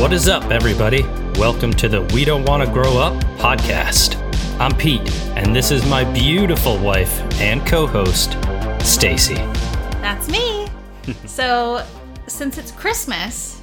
What is up, everybody? Welcome to the We Don't Want to Grow Up podcast. I'm Pete, and this is my beautiful wife and co host, Stacy. That's me. so, since it's Christmas,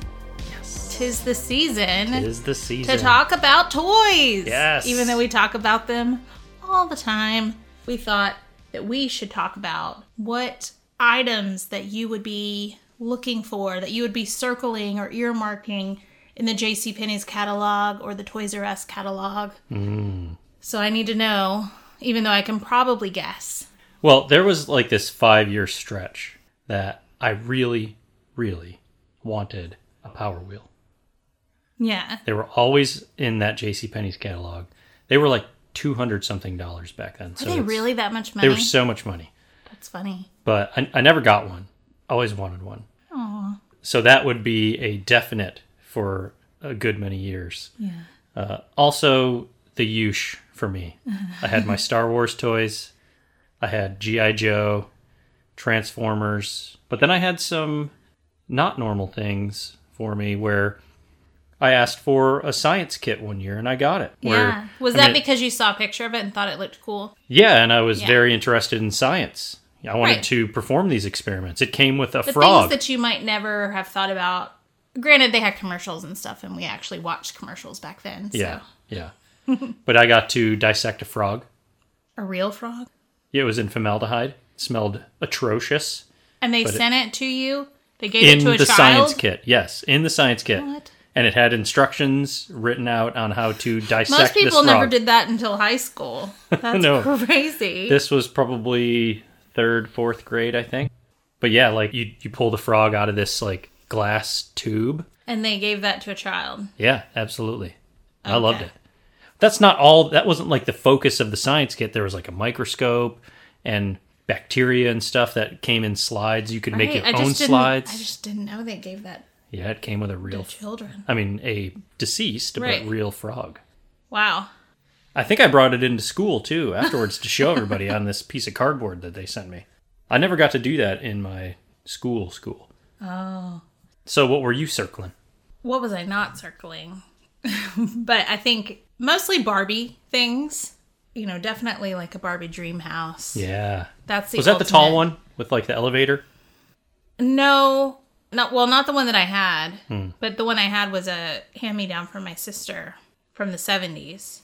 tis the season It is the season. to talk about toys. Yes. Even though we talk about them all the time, we thought that we should talk about what items that you would be looking for, that you would be circling or earmarking in the JCPenney's catalog or the Toys R Us catalog. Mm. So I need to know, even though I can probably guess. Well, there was like this five year stretch that I really, really wanted a Power Wheel. Yeah. They were always in that JCPenney's catalog. They were like 200 something dollars back then. Are so they it's- really that much money? They were so much money. That's funny. but I, I never got one. Always wanted one. So that would be a definite for a good many years. Yeah. Uh, also, the Yush for me. I had my Star Wars toys. I had GI Joe, Transformers, but then I had some not normal things for me where I asked for a science kit one year and I got it. yeah. Where, Was I that mean, because you saw a picture of it and thought it looked cool? yeah, and I was Yeah. very interested in science. I wanted Right. to perform these experiments. It came with a The frog. things that you might never have thought about. Granted, they had commercials and stuff, and we actually watched commercials back then. So. yeah, yeah. but I got to dissect a frog. A real frog. It was in formaldehyde. It smelled atrocious. And they it- sent it, to you. They gave In it to a the child. science kit, yes, in the science kit, What? and it had instructions written out on how to dissect. Most people this never frog. did that until high school. That's No. crazy. This was probably third, fourth grade, I think. But yeah, like you, you pull the frog out of this like glass tube, and they gave that to a child. Yeah, absolutely. I loved Okay. it. That's not all. That wasn't like the focus of the science kit. There was like a microscope and bacteria and stuff that came in slides. You could make Right, your I just own didn't- slides. I just didn't know they gave that Yeah, it came with a real. to children. I mean, a deceased Right. but real frog. Wow. I think I brought it into school too afterwards to show everybody on this piece of cardboard that they sent me. I never got to do that in my school. School. Oh. So what were you circling? what was I not circling? but I think mostly Barbie things. You know, definitely like a Barbie dream house. Yeah. That's the Was that the tall ultimate- one with like the elevator? No, not well, not the one that I had, Hmm. but the one I had was a hand me down from my sister from the seventies.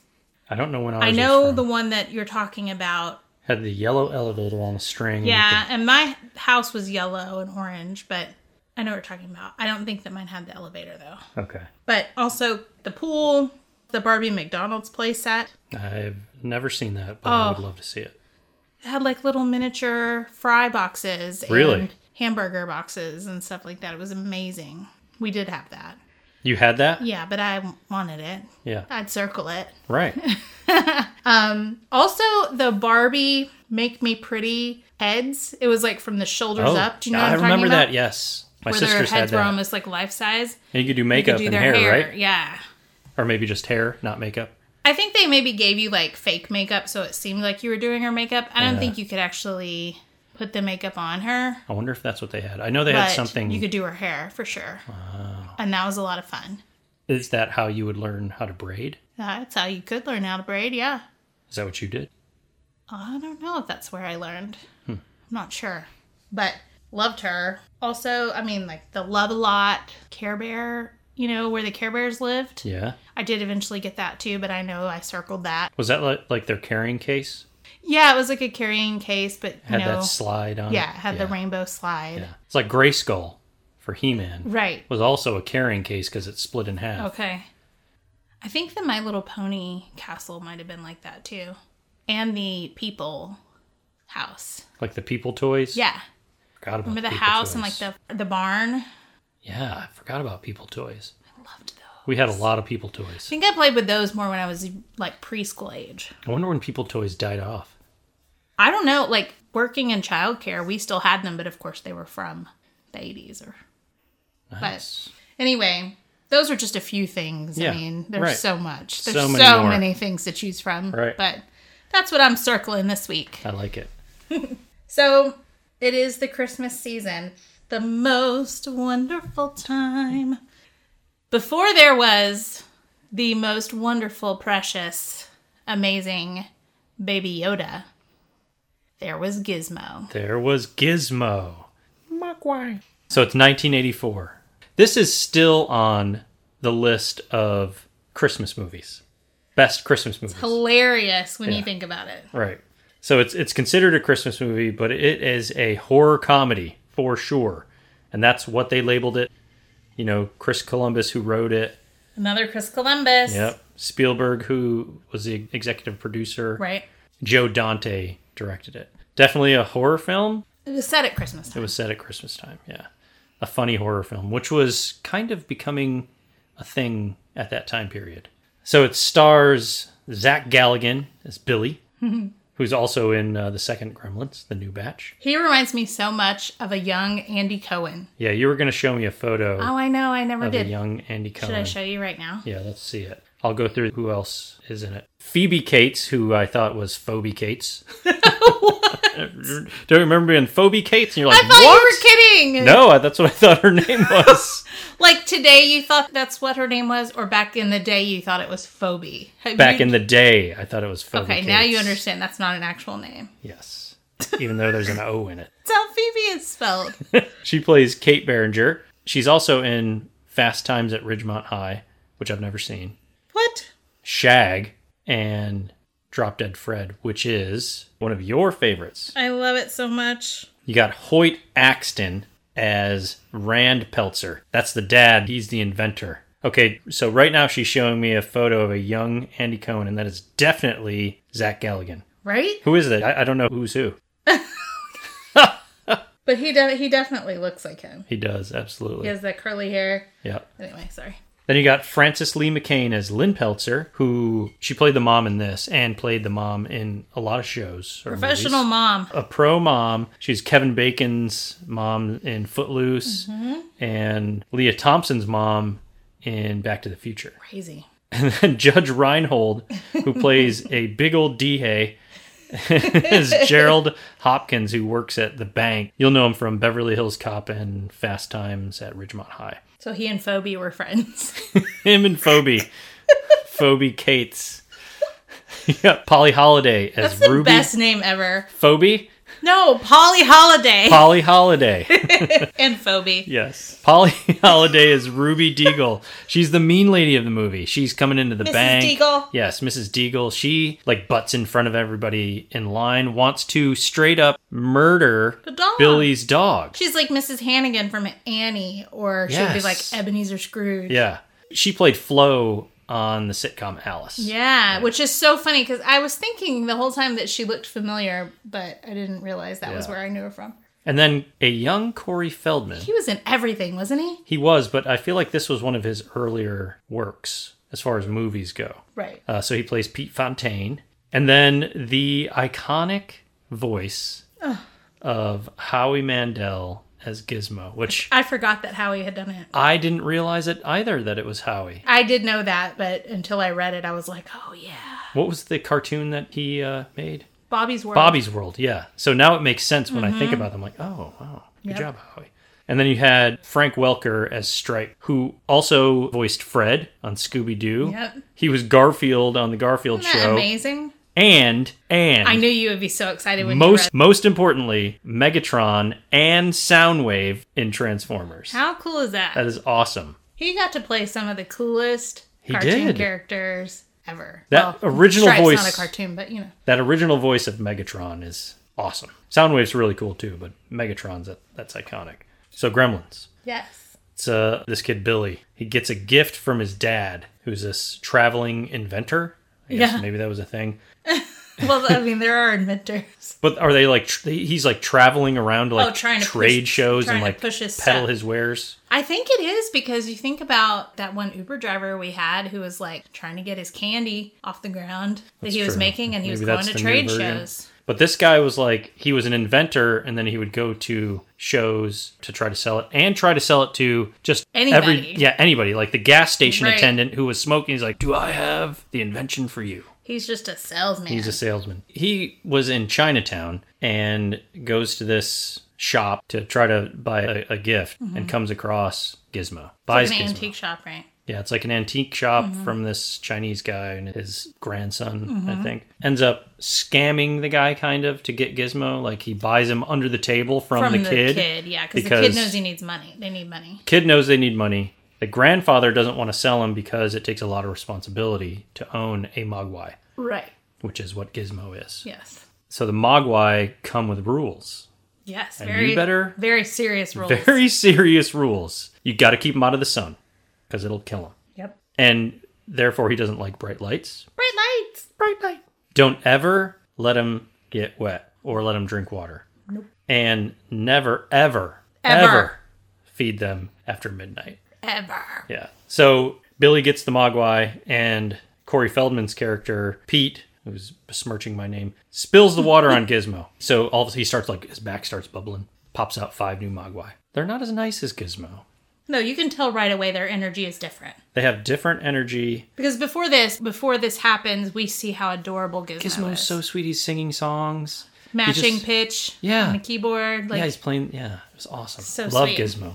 I don't know when I was. I know the one that you're talking about. had the yellow elevator on a string. and you Yeah, and my house was yellow and orange, but I know what you're talking about. I don't think that mine had the elevator though. could- okay. But also the pool, the Barbie McDonald's playset. I've never seen that, but Oh. I would love to see it. had like little miniature fry boxes Really? and hamburger boxes and stuff like that. It was amazing. We did have that. You had that? Yeah, but I wanted it. Yeah. I'd circle it. Right. Also, the Barbie Make Me Pretty heads. It was like from the shoulders Oh, up. Do you know I what I'm remember talking about? that. Yes, my Where their sisters had heads were that. almost like life size. and you could do makeup do and their hair, hair. right? Yeah. Or maybe just hair, not makeup. I think they maybe gave you like fake makeup so it seemed like you were doing her makeup. I don't Yeah. think you could actually put the makeup on her. I wonder if that's what they had. I know they but had something. you could do her hair for sure. And that was a lot of fun. Is that how you would learn how to braid? That's how you could learn how to braid, yeah. Is that what you did? I don't know if that's where I learned. Hmm. I'm not sure. But loved her. Also, I mean, like the Love a Lot Care Bear, you know, where the Care Bears lived. Yeah. I did eventually get that too, but I know I circled that. Was that like, like their carrying case? Yeah, it was like a carrying case, but you Had know, that slide on yeah, it? it had the rainbow slide. Yeah. It's like Gray Skull for He Man. Right. Was also a carrying case because it's split in half. Okay. I think the My Little Pony castle might have been like that too. And the people house. Like the people toys. Yeah. Forgot about Remember the people house and like toys. the the barn? Yeah, I forgot about people toys. Loved those. We had a lot of people I toys. think I played with those more when I was like preschool age. I wonder when people toys died off. I don't know, like working in childcare, we still had them, but of course they were from the 80s or Nice. anyway, Those are just a few things. Yeah, I mean, there's right. so much. There's So so, many many, more. things to choose from. Right. But that's what I'm circling this week. I like it. So it is the Christmas season, the most wonderful time. Before there was the most wonderful, precious, amazing baby Yoda, there was Gizmo. There was Gizmo. Mogwai. So it's 1984. This is still on the list of Christmas movies. Best Christmas movies. Hilarious when you Yeah. think about it. Right. So it's it's considered a Christmas movie, but it is a horror comedy for sure. And that's what they labeled it. You know, Chris Columbus who wrote it. Another Chris Columbus. Yep. Spielberg who was the executive producer. Right. Joe Dante directed it. Definitely a horror film. It was set at Christmas It time. was set at Christmas time, yeah. A funny horror film, which was kind of becoming a thing at that time period. So it stars Zach Galligan as Billy, who's also in uh, the second Gremlins, the new batch. He reminds me so much of a young Andy Cohen. Yeah, you were going to show me a photo Oh, I know. I never of a did. young Andy Should Cohen. I show you right now? yeah, let's see it. I'll go through who else is in it. Phoebe Cates, who I thought was Phoebe Cates. Don't you remember being Phoebe Cates? And you're I like, thought what? you were kidding. No, that's what I thought her name was. Like today, you thought that's what her name was, or back in the day, you thought it was Phoebe. Have Back you- in the day, I thought it was Phoebe. Okay, now Cates. you understand that's not an actual name. Yes, even though there's an O in it. That's how Phoebe is spelled. She plays Kate Berenger. She's also in Fast Times at Ridgemont High, which I've never seen. what? Shag and Drop Dead Fred, which is one of your favorites. I love it so much. You got Hoyt Axton as Rand Peltzer. That's the dad. He's the inventor. Okay, so right now she's showing me a photo of a young Andy Cohen, and that is definitely Zach Galligan. Right? Who is that? I, I don't know who's who. But he de- he definitely looks like him. He does, absolutely. He has that curly hair. Yeah. Anyway, sorry. Then you got Frances Lee McCain as Lynn Peltzer, who she played the mom in this and played the mom in a lot of shows. or Professional movies. mom. A pro mom. She's Kevin Bacon's mom in Footloose Mm-hmm. and Leah Thompson's mom in Back to the Future. Crazy. And then Judge Reinhold, who plays a big old D-Hay, is Gerald Hopkins, who works at the bank. You'll know him from Beverly Hills Cop and Fast Times at Ridgemont High. So he and Phoebe were friends. Him and Phoebe. Phoebe Cates. yeah, Polly Holiday as That's the Ruby. best name ever. Phoebe? No, Polly Holiday Polly Holiday. and Phoebe. yes. Polly Holiday is Ruby Deagle. She's the mean lady of the movie. She's coming into the Mrs. bank. Deagle. Yes, Mrs. Deagle. She like butts in front of everybody in line, wants to straight up murder The dog. Billy's dog. She's like Mrs. Hannigan from Annie, or she'd be Yes. like Ebenezer Scrooge. Yeah. She played Flo on the sitcom Alice. Yeah, which is so funny because I was thinking the whole time that she looked familiar, but I didn't realize that was Yeah. where I knew her from. And then a young Corey Feldman. He was in everything, wasn't he? He was, but I feel like this was one of his earlier works as far as movies go. Right. Uh, so he plays Pete Fontaine. And then the iconic voice of Howie Mandel as Gizmo, which I forgot that Howie had done it. I didn't realize it either that it was Howie. I did know that, but until I read it, I was like, oh yeah. What was the cartoon that he uh, made? Bobby's World. Bobby's World, yeah. So now it makes sense when I think about them. Like, oh, wow. Good Mm-hmm. Yep. job, Howie. And then you had Frank Welker as Stripe, who also voiced Fred on Scooby Doo. Yep. He was Garfield on the Garfield Isn't that show. amazing? And and I knew you would be so excited when you most read most importantly, Megatron and Soundwave in Transformers. How cool is that? That is awesome. he got to play some of the coolest He cartoon did. characters ever. That original Stripe's not voice- a cartoon, but you know. That original voice of Megatron is awesome. Soundwave's really cool too, but Megatron's that, that's iconic. So Gremlins. Yes. It's uh, this kid Billy. He gets a gift from his dad, who's this traveling inventor. I guess Yeah. maybe that was a thing. Well, I mean, there are inventors. But are they like tr- he's like traveling around to like Oh, trying to trade push- shows trying and to like push his peddle stuff. his wares? I think it is because you think about that one Uber driver we had who was like trying to get his candy off the ground that he was true. making and he was Maybe going that's to the new trade version. shows. But this guy was like, he was an inventor, and then he would go to shows to try to sell it and try to sell it to just every, Anybody. yeah, anybody, like the gas station Right. attendant who was smoking. He's like, Do I have the invention for you? He's just a salesman. He's a salesman. He was in Chinatown and goes to this shop to try to buy a, a gift and comes across Gizmo. Buys Mm-hmm. It's like an Gizmo. antique shop, right? Yeah, it's like an antique shop Mm-hmm. from this Chinese guy and his grandson, I think. Ends up scamming the guy kind of to get Gizmo. Like he buys him under the table from, From the, kid. yeah, because the because- kid knows he needs money. They need money. Kid knows they need money. The grandfather doesn't want to sell him because it takes a lot of responsibility to own a Mogwai, Right. which is what Gizmo is. Yes. So the Mogwai come with rules. Yes. And very you better- Very serious rules. Very serious rules. You got to keep him out of the sun because it'll kill him. Yep. And therefore, he doesn't like bright lights. Bright lights. Bright light. Don't ever let him get wet or let him drink water. Nope. And never, ever, Ever. ever, feed them after midnight. Ever. Yeah. So Billy gets the Mogwai, and Corey Feldman's character, Pete, who's besmirching my name, spills the water on Gizmo. So all of a sudden he starts like his back starts bubbling, pops out five new Mogwai. They're not as nice as Gizmo. No, you can tell right away their energy is different. They have different energy. Because before this, before this happens, we see how adorable Gizmo Gizmo's is. so sweet. He's singing songs. He just- Matching pitch Yeah. on the keyboard. Like yeah, he's playing. Yeah, it was awesome. So Love sweet. Gizmo.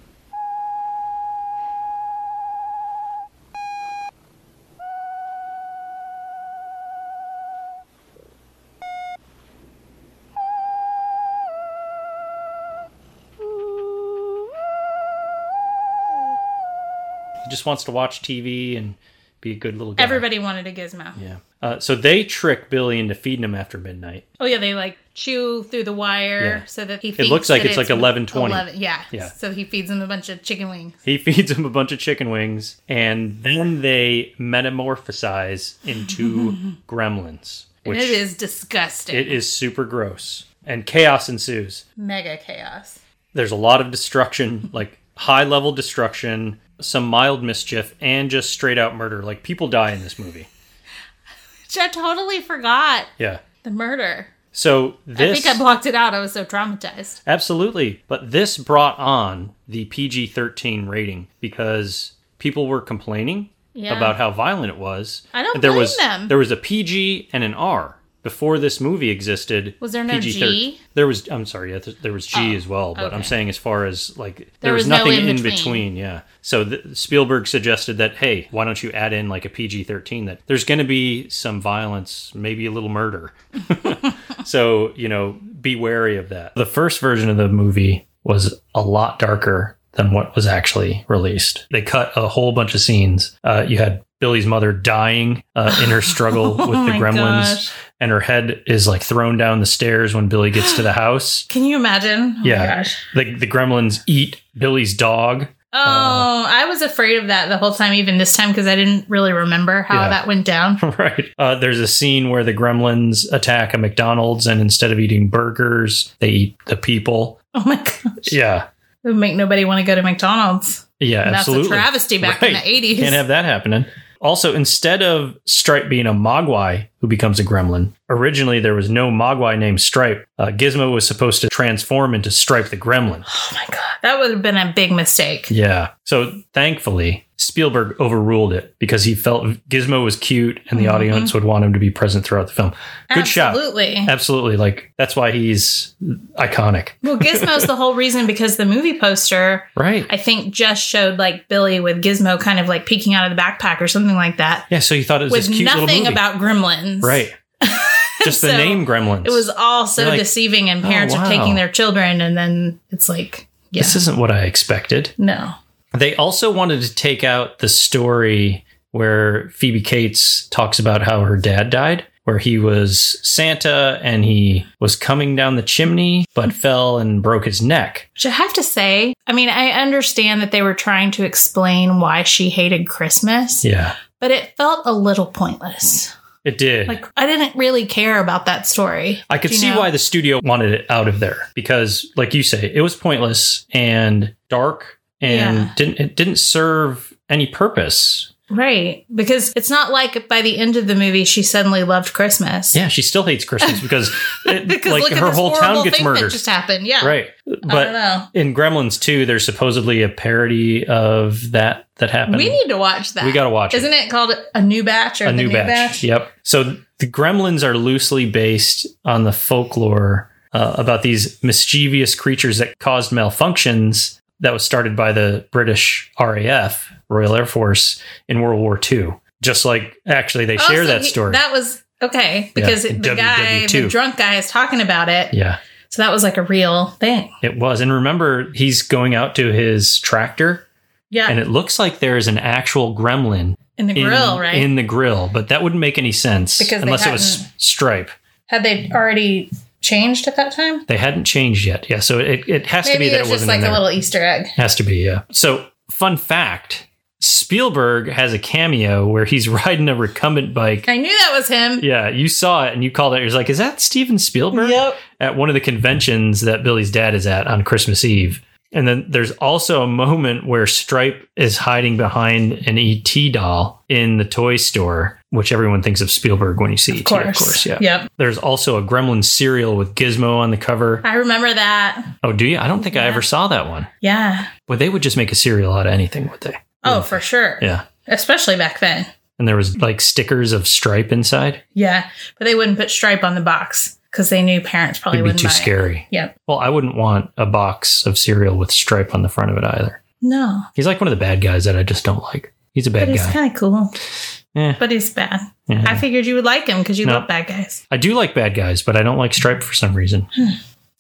He just wants to watch TV and be a good little guy. everybody wanted a Gizmo. Yeah. Uh, so they trick Billy into feeding him after midnight. Oh yeah, they like chew through the wire Yeah. so that he. Thinks It looks like that it's like 11:20. 11 yeah. Yeah. So he feeds him a bunch of chicken wings. He feeds him a bunch of chicken wings, and then they metamorphosize into gremlins, And which it is disgusting. it is super gross. And chaos ensues. Mega chaos. There's a lot of destruction, like high level destruction, some mild mischief, and just straight out murder. Like people die in this movie. Which I totally forgot Yeah. the murder. So this I think I blocked it out. I was so traumatized. Absolutely. But this brought on the PG 13 rating because people were complaining Yeah. about how violent it was. I don't there blame was, them. There was a PG and an R. Before this movie existed, Was there no PG-13 G? Oh, There was. I'm sorry. yeah, th- There was G as well, but I'm okay. saying as far as like there, was was, no nothing in in-between. between. Yeah. So th- Spielberg suggested that hey, why don't you add in like a PG-13 that there's going to be some violence, maybe a little murder. So, you know, be wary of that. The first version of the movie was a lot darker than what was actually released. They cut a whole bunch of scenes. Uh, you had Billy's mother dying uh, in her struggle Oh with the my gremlins, gosh. and her head is like thrown down the stairs when Billy gets to the house. Can you imagine? Oh Yeah. My gosh. The, the gremlins eat Billy's dog. Oh, I was afraid of that the whole time, even this time, because I didn't really remember how Yeah. that went down. right. Uh, there's a scene where the gremlins attack a McDonald's, and instead of eating burgers, they eat the people. Oh my gosh. Yeah. It would make nobody want to go to McDonald's. Yeah, That's a absolutely. travesty back in Right. the 80s. Can't have that happening. Also, instead of Stripe being a Mogwai who becomes a gremlin, originally there was no Mogwai named Stripe. Uh, Gizmo was supposed to transform into Stripe the Gremlin. oh my God. That would have been a big mistake. Yeah. So thankfully, Spielberg overruled it because he felt Gizmo was cute and the audience would want him to be present throughout the film. Good shot. Mm-hmm. Absolutely. Absolutely. Like, that's why he's iconic. Well, Gizmo's the whole reason because the movie poster, Right. I think, just showed like Billy with Gizmo kind of like peeking out of the backpack or something like that, yeah. So you thought it was with this cute little nothing movie. about gremlins. right. Just the So, name Gremlins. It was all so You're like, oh, deceiving, and parents are wow. taking their children, and then it's like, yeah, This isn't what I expected. no. They also wanted to take out the story where Phoebe Cates talks about how her dad died, where he was Santa and he was coming down the chimney but fell and broke his neck. Which I have to say, I mean, I understand that they were trying to explain why she hated Christmas, Yeah, but it felt a little pointless. it did. Like, I didn't really care about that story. I could Do you see know? why the studio wanted it out of there because, like you say, it was pointless and dark and Yeah. didn't it didn't serve any purpose. Right. Because it's not like by the end of the movie she suddenly loved Christmas. Yeah, she still hates Christmas because, it, Because like look at her this whole town horrible gets thing murdered. that just happened. Yeah. Right. know. But in Gremlins 2, there's supposedly a parody of that that happened. We need to watch that. We gotta watch it. Isn't it called a new batch or a the new, batch. Yep. So the Gremlins are loosely based on the folklore uh, about these mischievous creatures that caused malfunctions that was started by the British RAF, Royal Air Force, in World War II. Just like actually, they share Oh, so that he- story. that was okay because Yeah, it- the WW2. guy, the drunk guy, is talking about it. yeah, So that was like a real thing. it was. And remember, he's going out to his tractor, Yeah. and it looks like there is an actual gremlin in the in, grill, right? in the grill, but that wouldn't make any sense Because they unless it was hadn't- Stripe. Had they already changed at that time? They hadn't changed yet. Yeah, so it, it has to Maybe be that it it, wasn't was just in like there. a little Easter egg. Has to be, yeah. So, fun fact Spielberg has a cameo where he's riding a recumbent bike. I knew that was him. Yeah, you saw it and you called it. You're like, is that Steven Spielberg? Yep. At one of the conventions that Billy's dad is at on Christmas Eve. And then there's also a moment where Stripe is hiding behind an ET doll in the toy store, which everyone thinks of Spielberg when you see Of ET, course. of course. Yeah. Yep. There's also a Gremlin cereal with Gizmo on the cover. I remember that. Oh, do you? I don't think I Yeah. ever saw that one. Yeah. Well, they would just make a cereal out of anything, would they? Oh, for sure. Yeah. Especially back then. And there was like stickers of Stripe inside. Yeah. But they wouldn't put stripe on the box because they knew parents probably It'd be wouldn't too buy it. scary. Yep. Well, I wouldn't want a box of cereal with Stripe on the front of it either. No. He's like one of the bad guys that I just don't like. He's a But bad he's guy. kind of cool. Yeah. But he's bad. Yeah. I figured you would like him because you No. love bad guys. I do like bad guys, but I don't like Stripe for some reason.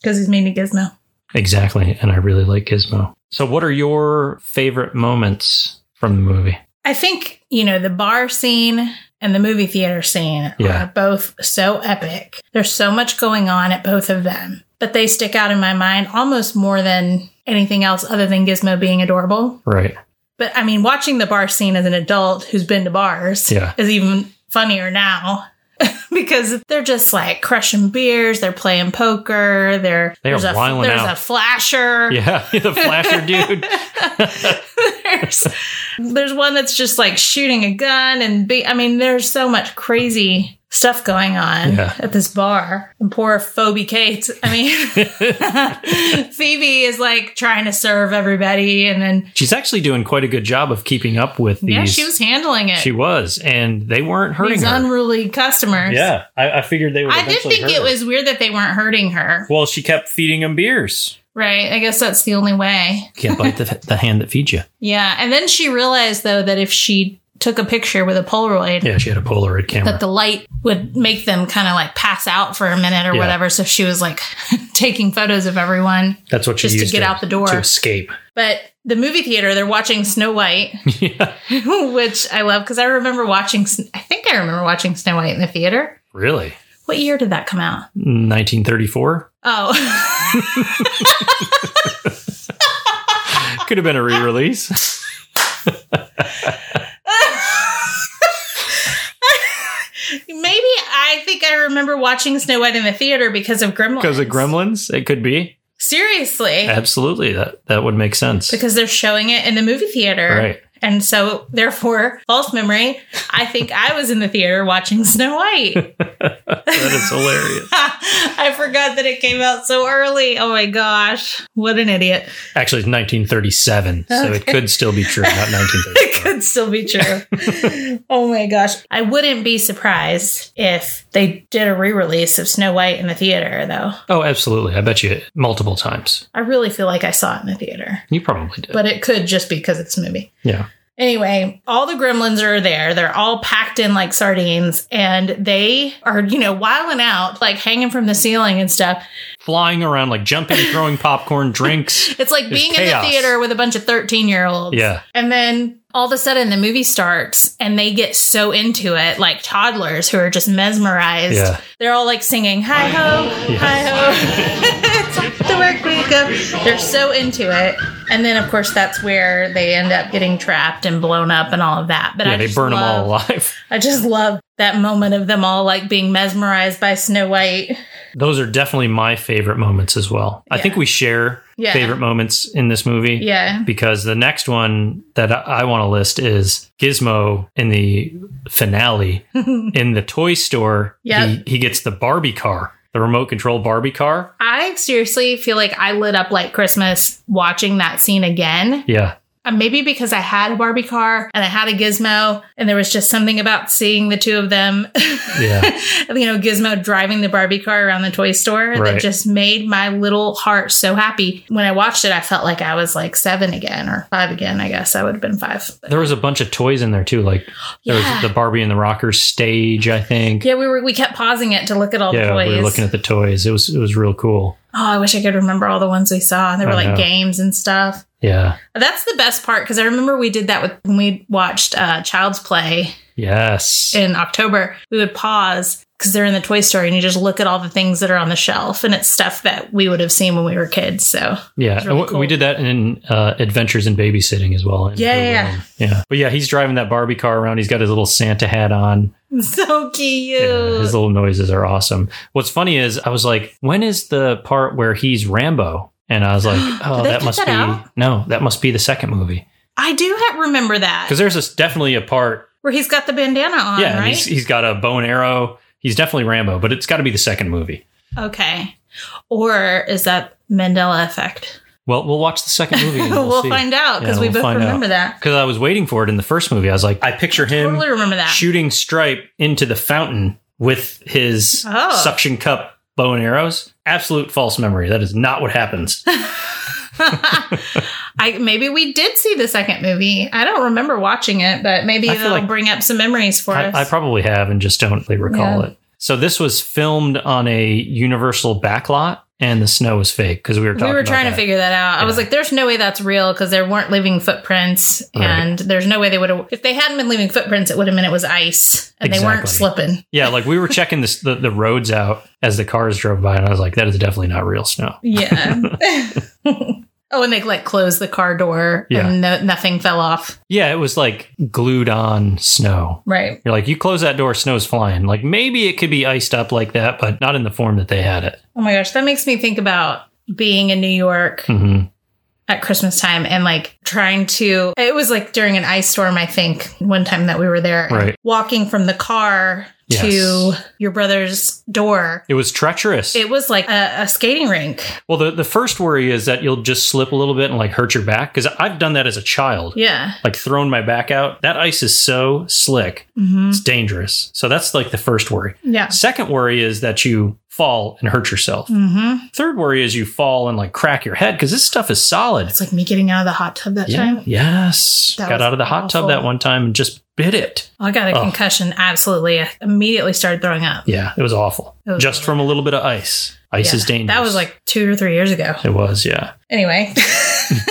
Because he's mean to Gizmo. Exactly. And I really like Gizmo. So, what are your favorite moments from the movie? I think, you know, the bar scene and the movie theater scene Yeah. are both so epic. There's so much going on at both of them that they stick out in my mind almost more than anything else other than Gizmo being adorable. Right. But I mean, watching the bar scene as an adult who's been to bars Yeah. is even funnier now. because they're just like crushing beers, they're playing poker, they're They are there's, a, wilding there's out. a flasher. Yeah. the flasher dude. there's, there's one that's just like shooting a gun and be I mean, there's so much crazy stuff going on Yeah. at this bar. And poor Phoebe Kate. I mean Phoebe is like trying to serve everybody and then She's actually doing quite a good job of keeping up with these. yeah, she was handling it. She was, and they weren't hurting These her. unruly customers. Yeah, I, I figured they would. I did eventually think hurt it her. was weird that they weren't hurting her. Well, she kept feeding him beers. Right. I guess that's the only way. Can't bite the, the hand that feeds you. Yeah. And then she realized though that if she took a picture with a Polaroid Yeah, she had a Polaroid camera. that the light would make them kind of like pass out for a minute or Yeah. whatever. So she was like taking photos of everyone. That's what she just to used get out the door. to escape. But the movie theater, they're watching Snow White, yeah, which I love because I remember watching, Sn- I think I remember watching Snow White in the theater. really. What year did that come out? 1934 Oh, could have been a re-release. maybe I think I remember watching Snow White in the theater because of Gremlins. Because of Gremlins, it could be Seriously. absolutely that that would make sense. because they're showing it in the movie theater. Right. And so, therefore, false memory. I think I was in the theater watching Snow White. that is hilarious. I forgot that it came out so early. Oh my gosh. What an idiot. Actually, it's 1937, so it Okay. could still be true. Not 1934. It could still be true. oh my gosh. I wouldn't be surprised if they did a re release of Snow White in the theater, though. Oh, absolutely. I bet you multiple times. I really feel like I saw it in the theater, You probably did. but it could just be because it's a movie. yeah. Anyway, all the gremlins are there. They're all packed in like sardines and they are, you know, wiling out, like hanging from the ceiling and stuff. Flying around like jumping, throwing popcorn, drinks. It's like There's being chaos. in the theater with a bunch of 13 year olds. Yeah. And then all of a sudden the movie starts and they get so into it, like toddlers who are just mesmerized. Yeah. They're all like singing, hi ho, Yes. hi ho. it's off to work we go. They're so into it. And then, of course, that's where they end up getting trapped and blown up and all of that. But Yeah, I they just burn them all love- alive. I just love that moment of them all like being mesmerized by Snow White. Those are definitely my favorite moments as well. I think we share Yeah. favorite moments in this movie. Yeah. Because the next one that I, I want to list is Gizmo in the finale in the toy store. Yep. He, he gets the Barbie car, the remote control Barbie car. I seriously feel like I lit up like Christmas watching that scene again. Yeah. Uh, Maybe because I had a Barbie car and I had a Gizmo, and there was just something about seeing the two of them. Yeah. you know, Gizmo driving the Barbie car around the toy store Right. that just made my little heart so happy. When I watched it, I felt like I was like seven again or five again. I guess I would have been five. But- there was a bunch of toys in there too. Like there Yeah. was the Barbie and the Rockers stage, I think. yeah, we were we kept pausing it to look at all Yeah, the toys. we were looking at the toys. It was it was real cool. oh, I wish I could remember all the ones we saw. And there were I like know. games and stuff. Yeah. That's the best part because I remember we did that with when we watched uh, Child's Play Yes. in October. We would pause because they're in the toy store and you just look at all the things that are on the shelf and it's stuff that we would have seen when we were kids. So Yeah, It's really and we- cool. we did that in uh, Adventures in Babysitting as well. in Yeah, Her yeah, Realm. um, yeah. But yeah, he's driving that Barbie car around. He's got his little Santa hat on. so cute. Yeah, his little noises are awesome. What's funny is I was like, when is the part where he's Rambo? And I was like, oh, they that cut must that be out? no, that must be the second movie I do ha- remember that because there's this definitely a part. where he's got the bandana on, yeah, and right? he's, he's got a bow and arrow. He's definitely Rambo, but it's got to be the second movie. Okay. Or is that Mandela effect? Well, we'll watch the second movie. And We'll, we'll see. find out because Yeah, we we'll both find out. remember that. Because I was waiting for it in the first movie. I was like, I picture him Totally remember that. shooting Stripe into the fountain with his Oh. suction cup bow and arrows. Absolute false memory. That is not what happens. I maybe we did see the second movie. I don't remember watching it, but maybe I feel that'll like- bring up some memories for us. I, I probably have and just don't really recall Yeah. it. So this was filmed on a Universal backlot, and the snow was fake because we were talking. we were about trying to that. figure that out. I was Yeah. like, there's no way that's real because there weren't leaving footprints. Right. And there's no way they would have, if they hadn't been leaving footprints, it would have meant it was ice and they weren't Exactly. slipping. Yeah, like we were checking this, the the roads out as the cars drove by, and I was like, "That is definitely not real snow." Yeah. oh, and they like closed the car door Yeah. and no, nothing fell off. Yeah, it was like glued on snow. Right. You're like, you close that door, snow's flying. Like maybe it could be iced up like that, but not in the form that they had it. Oh my gosh. That makes me think about being in New York hmm at Christmas time and like trying to it was like during an ice storm I think one time that we were there and Right. walking from the car to Yes. your brother's door It was treacherous. it was like a, a skating rink well, the, the first worry is that you'll just slip a little bit and like hurt your back because I've done that as a child, yeah like thrown my back out. That ice is so slick, hmm it's dangerous. So that's like the first worry. yeah Second worry is that you fall and hurt yourself. hmm Third worry is you fall and like crack your head because this stuff is solid. it's like me getting out of the hot tub that Yeah. time Yes. That Got was out of the hot awful. tub that one time and just bit it. I got a Oh. concussion absolutely I immediately started throwing up Yeah, it was awful. It was just really from a little bit of ice. Ice Yeah. is dangerous. that was like two or three years ago it was, yeah. anyway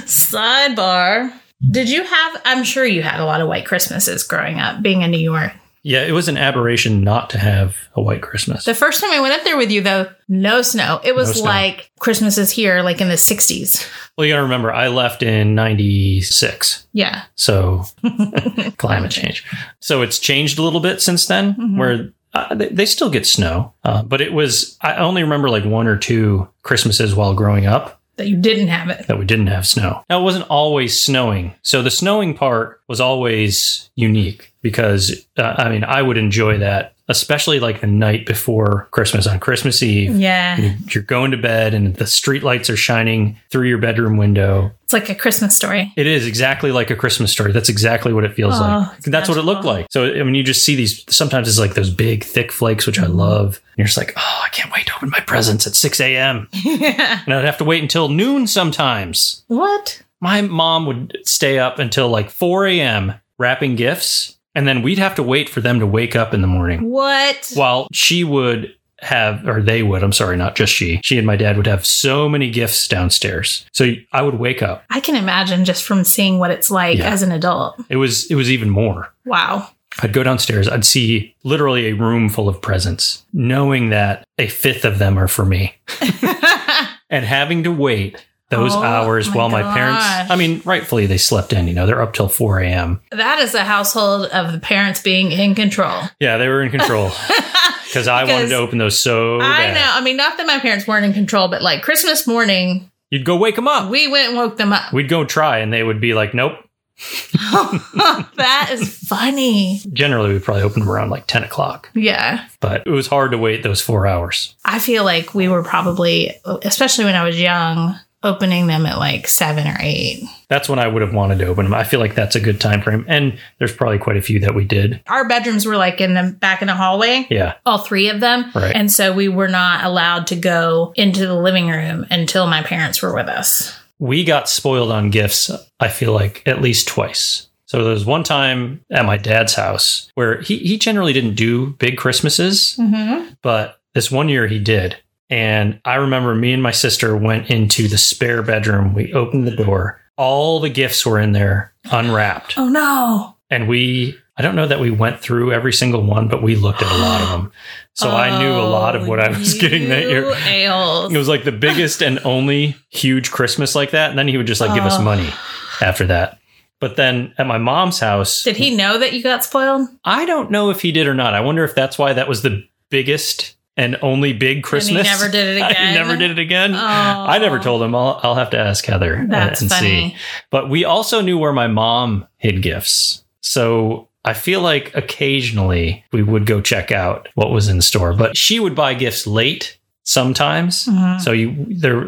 sidebar did you have I'm sure you had a lot of white Christmases growing up being in New York Yeah, it was an aberration not to have a white Christmas. The first time I went up there with you, though, no snow. It was No snow. like Christmas is here, like in the 60s. Well, you got to remember, I left in 96. Yeah. So climate change. So it's changed a little bit since then, Mhm. where uh, they, they still get snow. Uh, but it was, I only remember like one or two Christmases while growing up That you didn't have it. that we didn't have snow. Now, it wasn't always snowing. So the snowing part was always unique because, uh, I mean, I would enjoy that, especially like the night before Christmas on Christmas Eve. Yeah. You- You're going to bed and the street lights are shining through your bedroom window. It's like a Christmas story. It is exactly like a Christmas story. That's exactly what it feels Oh, like. it's That's what it looked magical. like. So I mean, you just see these. Sometimes it's like those big, thick flakes, which I Mm-hmm. love. And you're just like, oh, I can't wait to open my presents at 6 a.m. yeah. And I'd have to wait until noon sometimes. What? My mom would stay up until like 4 a.m. wrapping gifts, and then we'd have to wait for them to wake up in the morning. What? While she would have, or they would, I'm sorry, not just she, she and my dad would have so many gifts downstairs. So I would wake up. I can imagine just from seeing what it's like Yeah. as an adult. It was, it was even more. Wow. I'd go downstairs, I'd see literally a room full of presents, knowing that a fifth of them are for me. And having to wait those Oh, hours my while my parents, gosh. I mean, rightfully they slept in, you know, they're up till 4 a.m. that is a household of the parents being in control. Yeah, they were in control. because I wanted Because to open those so I bad. know. I mean, not that my parents weren't in control, but like Christmas morning, You'd go wake them up. we went and woke them up. We'd go try, and they would be like, "Nope." that is funny. Generally, we probably opened them around like ten o'clock, Yeah. but it was hard to wait those four hours. I feel like we were probably, especially when I was young, opening them at like seven or eight. That's when I would have wanted to open them. I feel like that's a good time frame, and there's probably quite a few that we did. Our bedrooms were like in the back in the hallway. Yeah, all three of them. Right. And so we were not allowed to go into the living room until my parents were with us. we got spoiled on gifts. I feel like at least twice. So there was one time at my dad's house where he he generally didn't do big Christmases. Mm-hmm. but this one year he did. And I remember me and my sister went into the spare bedroom. We opened the door. All the gifts were in there unwrapped. Oh no. And we, I don't know that we went through every single one, but we looked at a lot of them. So I knew a lot Oh, of what I was getting that year. It was like the biggest and only huge Christmas like that. And then he would just like give us Oh. money after that. But then at my mom's house, Did he know that you got spoiled? I don't know if he did or not. I wonder if that's why that was the biggest and only big Christmas. never did it he again? never did it again. Oh. I never told him. I'll, I'll have to ask Heather uh, That's and funny. see. But we also knew where my mom hid gifts. So I feel like occasionally we would go check out what was in the store, but she would buy gifts late sometimes. Mhm. So you there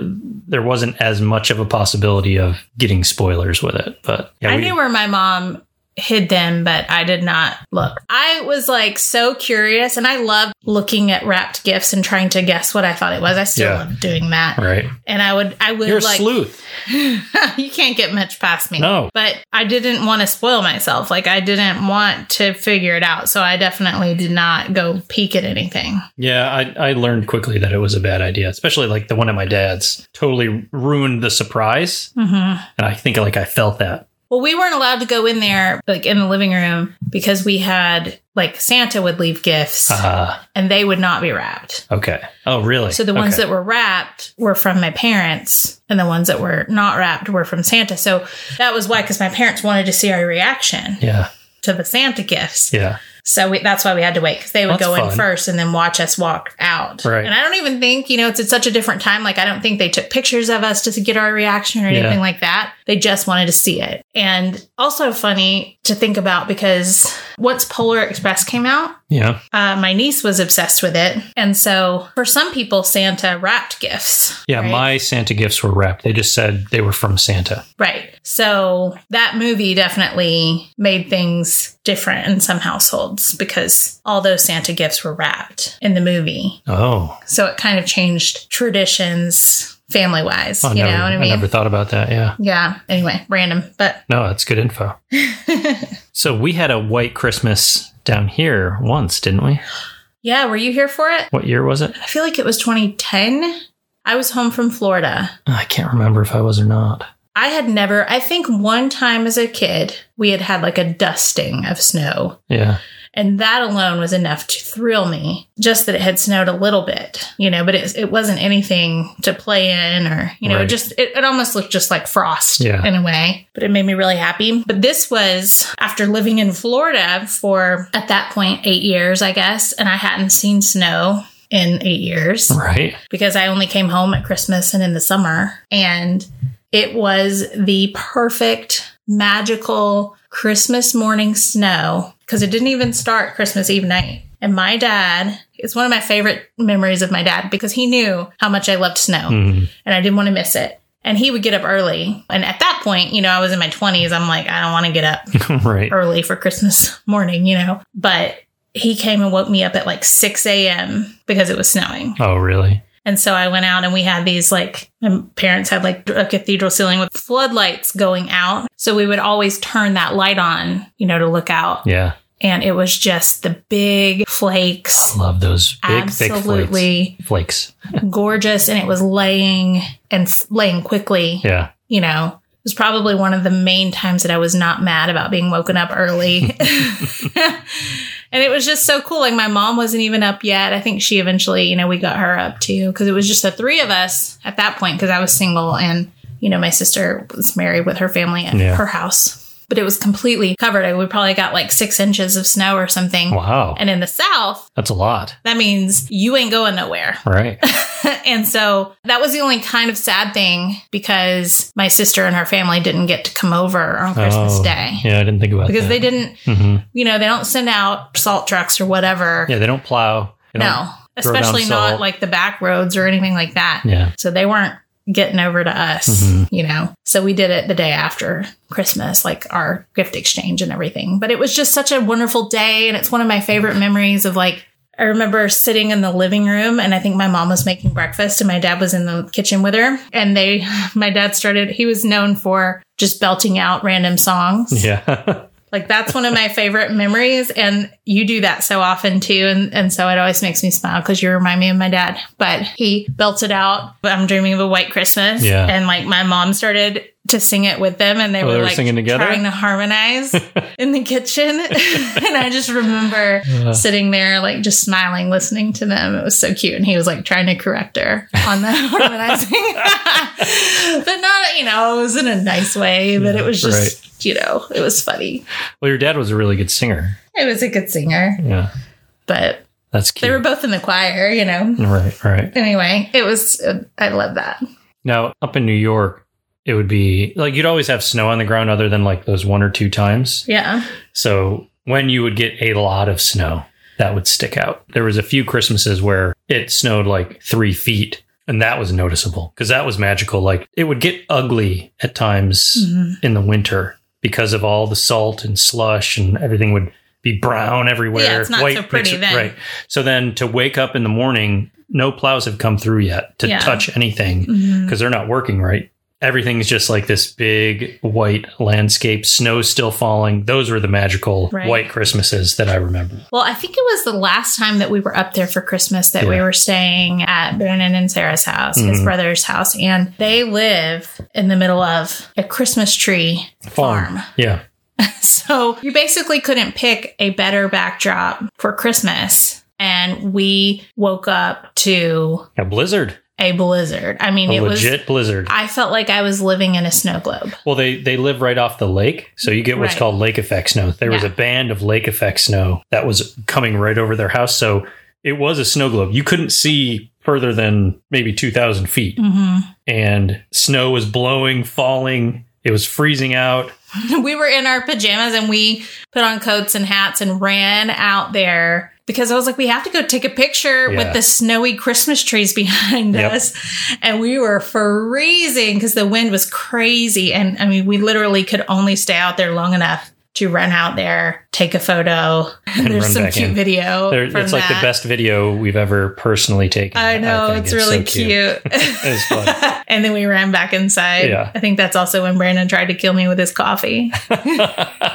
there wasn't as much of a possibility of getting spoilers with it. But yeah, I we- knew where my mom hid them, but I did not look. I was like so curious and I loved looking at wrapped gifts and trying to guess what I thought it was. I still Yeah. love doing that. right. And I would I would You're a like sleuth. you can't get much past me. No. But I didn't want to spoil myself. Like I didn't want to figure it out. So I definitely did not go peek at anything. Yeah, I, I learned quickly that it was a bad idea, especially like the one at my dad's totally ruined the surprise. Mm-hmm. And I think like I felt that. Well, we weren't allowed to go in there, like in the living room, because we had like Santa would leave gifts Uh, and they would not be wrapped. okay. Oh, really? So the ones Okay. that were wrapped were from my parents, and the ones that were not wrapped were from Santa. So that was why, because my parents wanted to see our reaction Yeah, to the Santa gifts. yeah. So we, that's why we had to wait because they would That's go in fun. first and then watch us walk out. Right. And I don't even think, you know, it's at such a different time. Like, I don't think they took pictures of us just to get our reaction or Yeah. anything like that. They just wanted to see it. And also funny to think about because once Polar Express came out, Yeah. uh, my niece was obsessed with it. And so for some people, Santa wrapped gifts. Yeah, right? my Santa gifts were wrapped. They just said they were from Santa. Right. So that movie definitely made things different in some households because all those Santa gifts were wrapped in the movie. Oh, So it kind of changed traditions family wise. I you never, know what I I mean? never thought about that. Yeah. yeah. Anyway, random. But No, that's good info. so we had a white Christmas down here once, didn't we? yeah, were you here for it? What year was it? I feel like it was 2010. I was home from Florida. I can't remember if I was or not. I had never, I think one time as a kid, we had had like a dusting of snow Yeah. And that alone was enough to thrill me. Just that it had snowed a little bit, you know, but it, it wasn't anything to play in or, you know, it Right. just, it, it almost looked just like frost Yeah. in a way, but it made me really happy. But this was after living in Florida for, at that point, eight years, I guess, and I hadn't seen snow in eight years Right. because I only came home at Christmas and in the summer. And it was the perfect, magical Christmas morning snow because it didn't even start Christmas Eve night. And my dad, it's one of my favorite memories of my dad because he knew how much I loved snow Mhm. and I didn't want to miss it. And he would get up early. And at that point, you know, I was in my 20s. I'm like, I don't want to get up right. early for Christmas morning, you know. But he came and woke me up at like 6 a.m. because it was snowing. Oh, really? And so I went out and we had these like, my parents had like a cathedral ceiling with floodlights going out. So we would always turn that light on, you know, to look out. Yeah, And it was just the big flakes. love those big thick absolutely flakes. Flakes. gorgeous. And it was laying and f- laying quickly, Yeah, you know. It was probably one of the main times that I was not mad about being woken up early. and it was just so cool. Like my mom wasn't even up yet. I think she eventually, you know, we got her up too because it was just the three of us at that point because I was single and you know my sister was married with her family at Yeah. her house. but it was completely covered. I would probably got like six inches of snow or something. Wow. And in the South, That's a lot. that means you ain't going nowhere. Right. and so that was the only kind of sad thing because my sister and her family didn't get to come over on Christmas Oh, Day Yeah, I didn't think about because that. they didn't, Mhm. you know, they don't send out salt trucks or whatever. Yeah, they don't plow. They no, throw down especially salt. not like the back roads or anything like that. don't- Yeah. So they weren't getting over to us, Mhm. you know. So we did it the day after Christmas, like our gift exchange and everything. But it was just such a wonderful day. And it's one of my favorite memories of like, I remember sitting in the living room and I think my mom was making breakfast and my dad was in the kitchen with her. And they, my dad started, he was known for just belting out random songs. Yeah. Like that's one of my favorite memories. And you do that so often too. And, and so it always makes me smile because you remind me of my dad. But he belted out, I'm dreaming of a white Christmas. Yeah. And like my mom started to sing it with them and they Oh, were, they were like singing together? trying to harmonize in the kitchen. and I just remember sitting there like just smiling, listening to them. It was so cute. And he was like trying to correct her on the harmonizing. but not, you know, it was in a nice way, but it was just, you know, it was funny. well, your dad was a really good singer. I was a good singer, Yeah. but That's they cute. were both in the choir, you know. right, right. Anyway, it was I love that. Now, up in New York, it would be like you'd always have snow on the ground other than like those one or two times. Yeah. So when you would get a lot of snow, that would stick out. There was a few Christmases where it snowed like three feet, and that was noticeable because that was magical. Like it would get ugly at Hmm. times Mm-hmm. in the winter because of all the salt and slush and everything would be brown everywhere. Yeah, it's not so pretty makes it- then. Right. So then to wake up in the morning, no plows have come through yet to Yeah. Mm-hmm. touch anything because they're not working right. Everything's just like this big white landscape, snow's still falling. Those were the magical Right. white Christmases that I remember. Well, I think it was the last time that we were up there for Christmas that we Yeah. were staying at Brandon and Sarah's house, his Mhm. brother's house, and they live in the middle of a Christmas tree farm. Yeah. So you basically couldn't pick a better backdrop for Christmas. And we woke up to A blizzard. a blizzard. I mean, A it was. legit blizzard. I felt like I was living in a snow globe. Well, they, they live right off the lake. So you get what's Right. called lake effect snow. There was Yeah. a band of lake effect snow that was coming right over their house. So it was a snow globe. You couldn't see further than maybe 2,000 feet. Mm-hmm. And snow was blowing, falling. It was freezing out. We were in our pajamas and we put on coats and hats and ran out there because I was like, we have to go take a picture Yeah. with the snowy Christmas trees behind Yep. us. And we were freezing because the wind was crazy. And I mean, we literally could only stay out there long enough to run out there, take a photo. There's run some back cute in. video. There, Oh, from it's like the that. best video we've ever personally taken. I know, think. it's, really so cute. It was fun. and then we ran back inside. Yeah. I think that's also when Brandon tried to kill me with his coffee.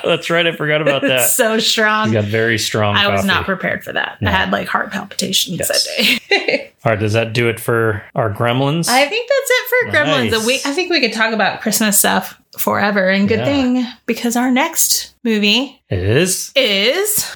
That's right. I forgot about that. It's so You strong. got very strong. I was coffee. not prepared for that. I had like heart palpitations Yes. that day. All right. Does that do it for our gremlins? I think that's it for Gremlins. Nice. A week. I think we could talk about Christmas stuff forever, and good Yeah. thing because our next movie it is. is.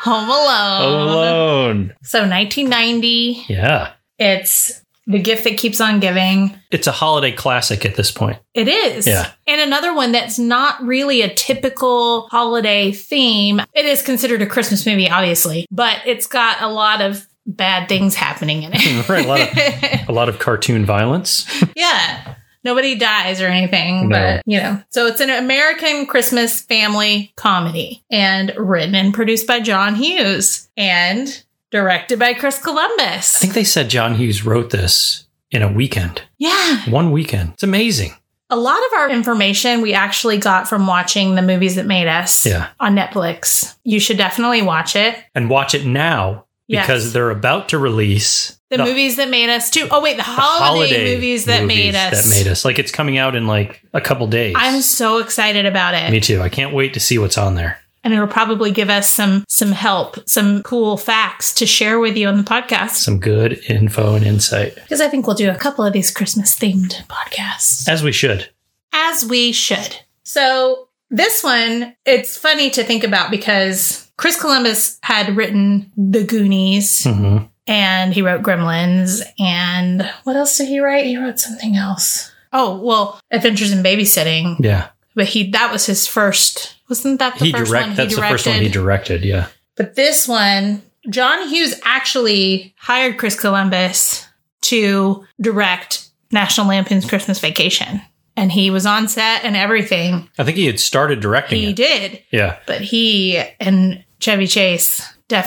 Home Alone. Alone. So 1990. Yeah. It's the gift that keeps on giving. It's a holiday classic at this point. It is. Yeah. And another one that's not really a typical holiday theme. It is considered a Christmas movie, obviously, but it's got a lot of bad things happening in it. Right, a, lot of, a lot of cartoon violence. yeah. Nobody dies or anything, No. but you know. So it's an American Christmas family comedy and written and produced by John Hughes and directed by Chris I Columbus. think they said John Hughes wrote this in a weekend. Yeah. One weekend. It's amazing. A lot of our information we actually got from watching the movies that made us Yeah. on Netflix. You should definitely watch it. And watch it now Yes. because they're about to release The, movies that made us too. Oh wait, the the holiday, movies that made movies us. That made us. Like it's coming out in like a couple days. I'm so excited about it, Me too. I can't wait to see what's on there. and it'll probably give us some some help, some cool facts to share with you on the podcast. Some good info and insight, Because I think we'll do a couple of these Christmas themed podcasts. as we should. as we should. So, this one, it's funny to think about because Chris Columbus had written The Goonies Mm-hmm. and he wrote Gremlins and what else did he write? He wrote something else. Oh, well, Adventures in Babysitting. Yeah. But he that was his first wasn't that the He first direct one that's the first one he directed, yeah. But this one, John Hughes actually hired Chris Columbus to direct National Lampoon's Christmas Vacation. And he was on set and everything. I think he had started directing He it. did. Yeah. But he and Chevy Chase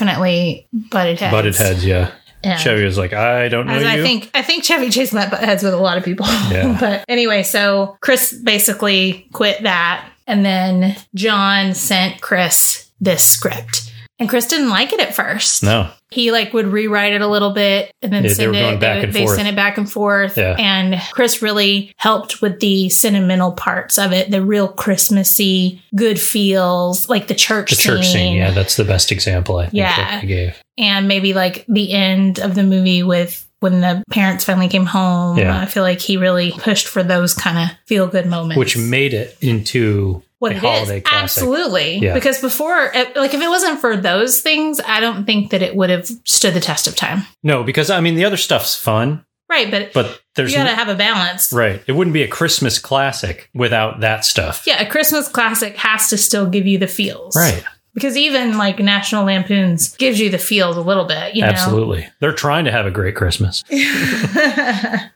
definitely butted heads. Butted heads, yeah. Yeah. Chevy was like, I don't know As you. I think, I think Chevy Chase met butt heads with a lot of people. Yeah. but anyway, so Chris basically quit that, and then John sent Chris this script, and Chris didn't like it at first. no. He like would rewrite it a little bit, and then Yeah, they send were it. going back they and they forth. sent it back and forth, Yeah. and Chris really helped with the sentimental parts of it, the real Christmassy, good feels, like the church, The church scene, yeah, that's the best example I think Yeah. that they gave. and maybe like the end of the movie with when the parents finally came home. Yeah. I feel like he really pushed for those kind of feel good moments. Which made it into what a it is. holiday classic. absolutely Yeah. because before, it- like if it wasn't for those things, I don't think that it would have stood the test of time. No, because I mean the other stuff's fun, Right, but, but there's you got to have a balance. right. It wouldn't be a Christmas classic without that stuff. Yeah, a Christmas classic has to still give you the feels. Right. Because even like National Lampoons gives you the feels a little bit, you know? Absolutely. They're trying to have a great Christmas.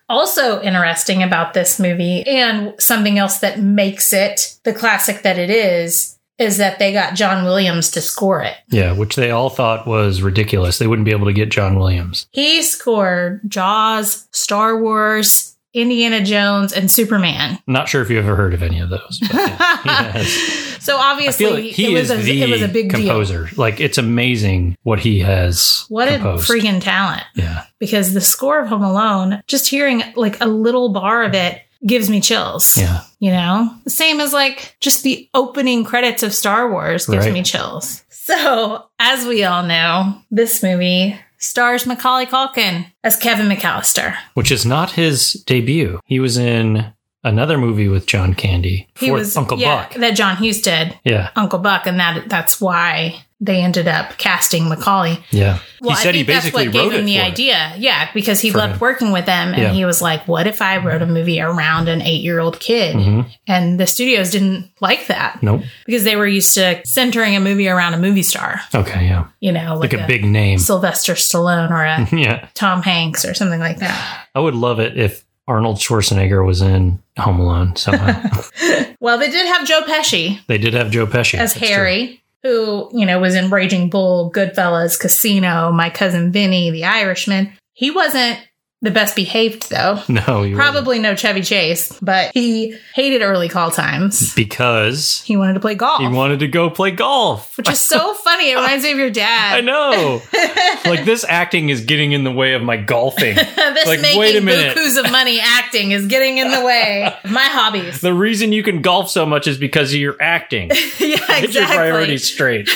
also interesting about this movie and something else that makes it the classic that it is is that they got John Williams to score it. Yeah, which they all thought was ridiculous. They wouldn't be able to get John Williams. He scored Jaws, Star Wars, Indiana Jones and Superman. Not sure if you ever heard of any of those. But yeah, he has. So I obviously feel like it he was is a the it was a big deal. composer. Like it's amazing what he has What composed. a freaking talent yeah, because the score of Home Alone just hearing like a little bar of it gives me chills. yeah. You know, same as like just the opening credits of Star Wars gives Right. me chills. So, as we all know, this movie stars Macaulay Culkin as Kevin McAllister. Which is not his debut. He was in another movie with John Candy. He Fourth was Uncle yeah, Buck. that John Hughes did Yeah, Uncle Buck, and that that's why they ended up casting Macaulay. yeah. Well, he said I he think basically that's what wrote gave him it the for it. idea. Yeah, because he For loved him. working with them, and Yeah. he was like, "What if I wrote a movie around an eight-year-old kid?" Mhm. And the studios didn't like that. Nope. because they were used to centering a movie around a movie star, Okay, yeah. you know, Like, a, big Hmm. name. Sylvester Stallone or a yeah. Tom Hanks or something like that. I would love it if Arnold Schwarzenegger was in Home Alone somehow. Well, they did have Joe Pesci they did have Joe Pesci as that's true. Harry, who, you know, was in Raging Bull, Goodfellas, Casino, My Cousin Vinny, The Irishman. He wasn't the best behaved, though. No, he wasn't. Probably no Chevy Chase, but he hated early call times. because He wanted to play golf, he wanted to go play golf. which is so funny. It reminds me of your I dad. know. like this acting is getting in the way of my golfing. this Like, making wait a minute. bukus of money acting is getting in the way of my hobbies. the reason you can golf so much is because of your acting. yeah, Get your priorities straight.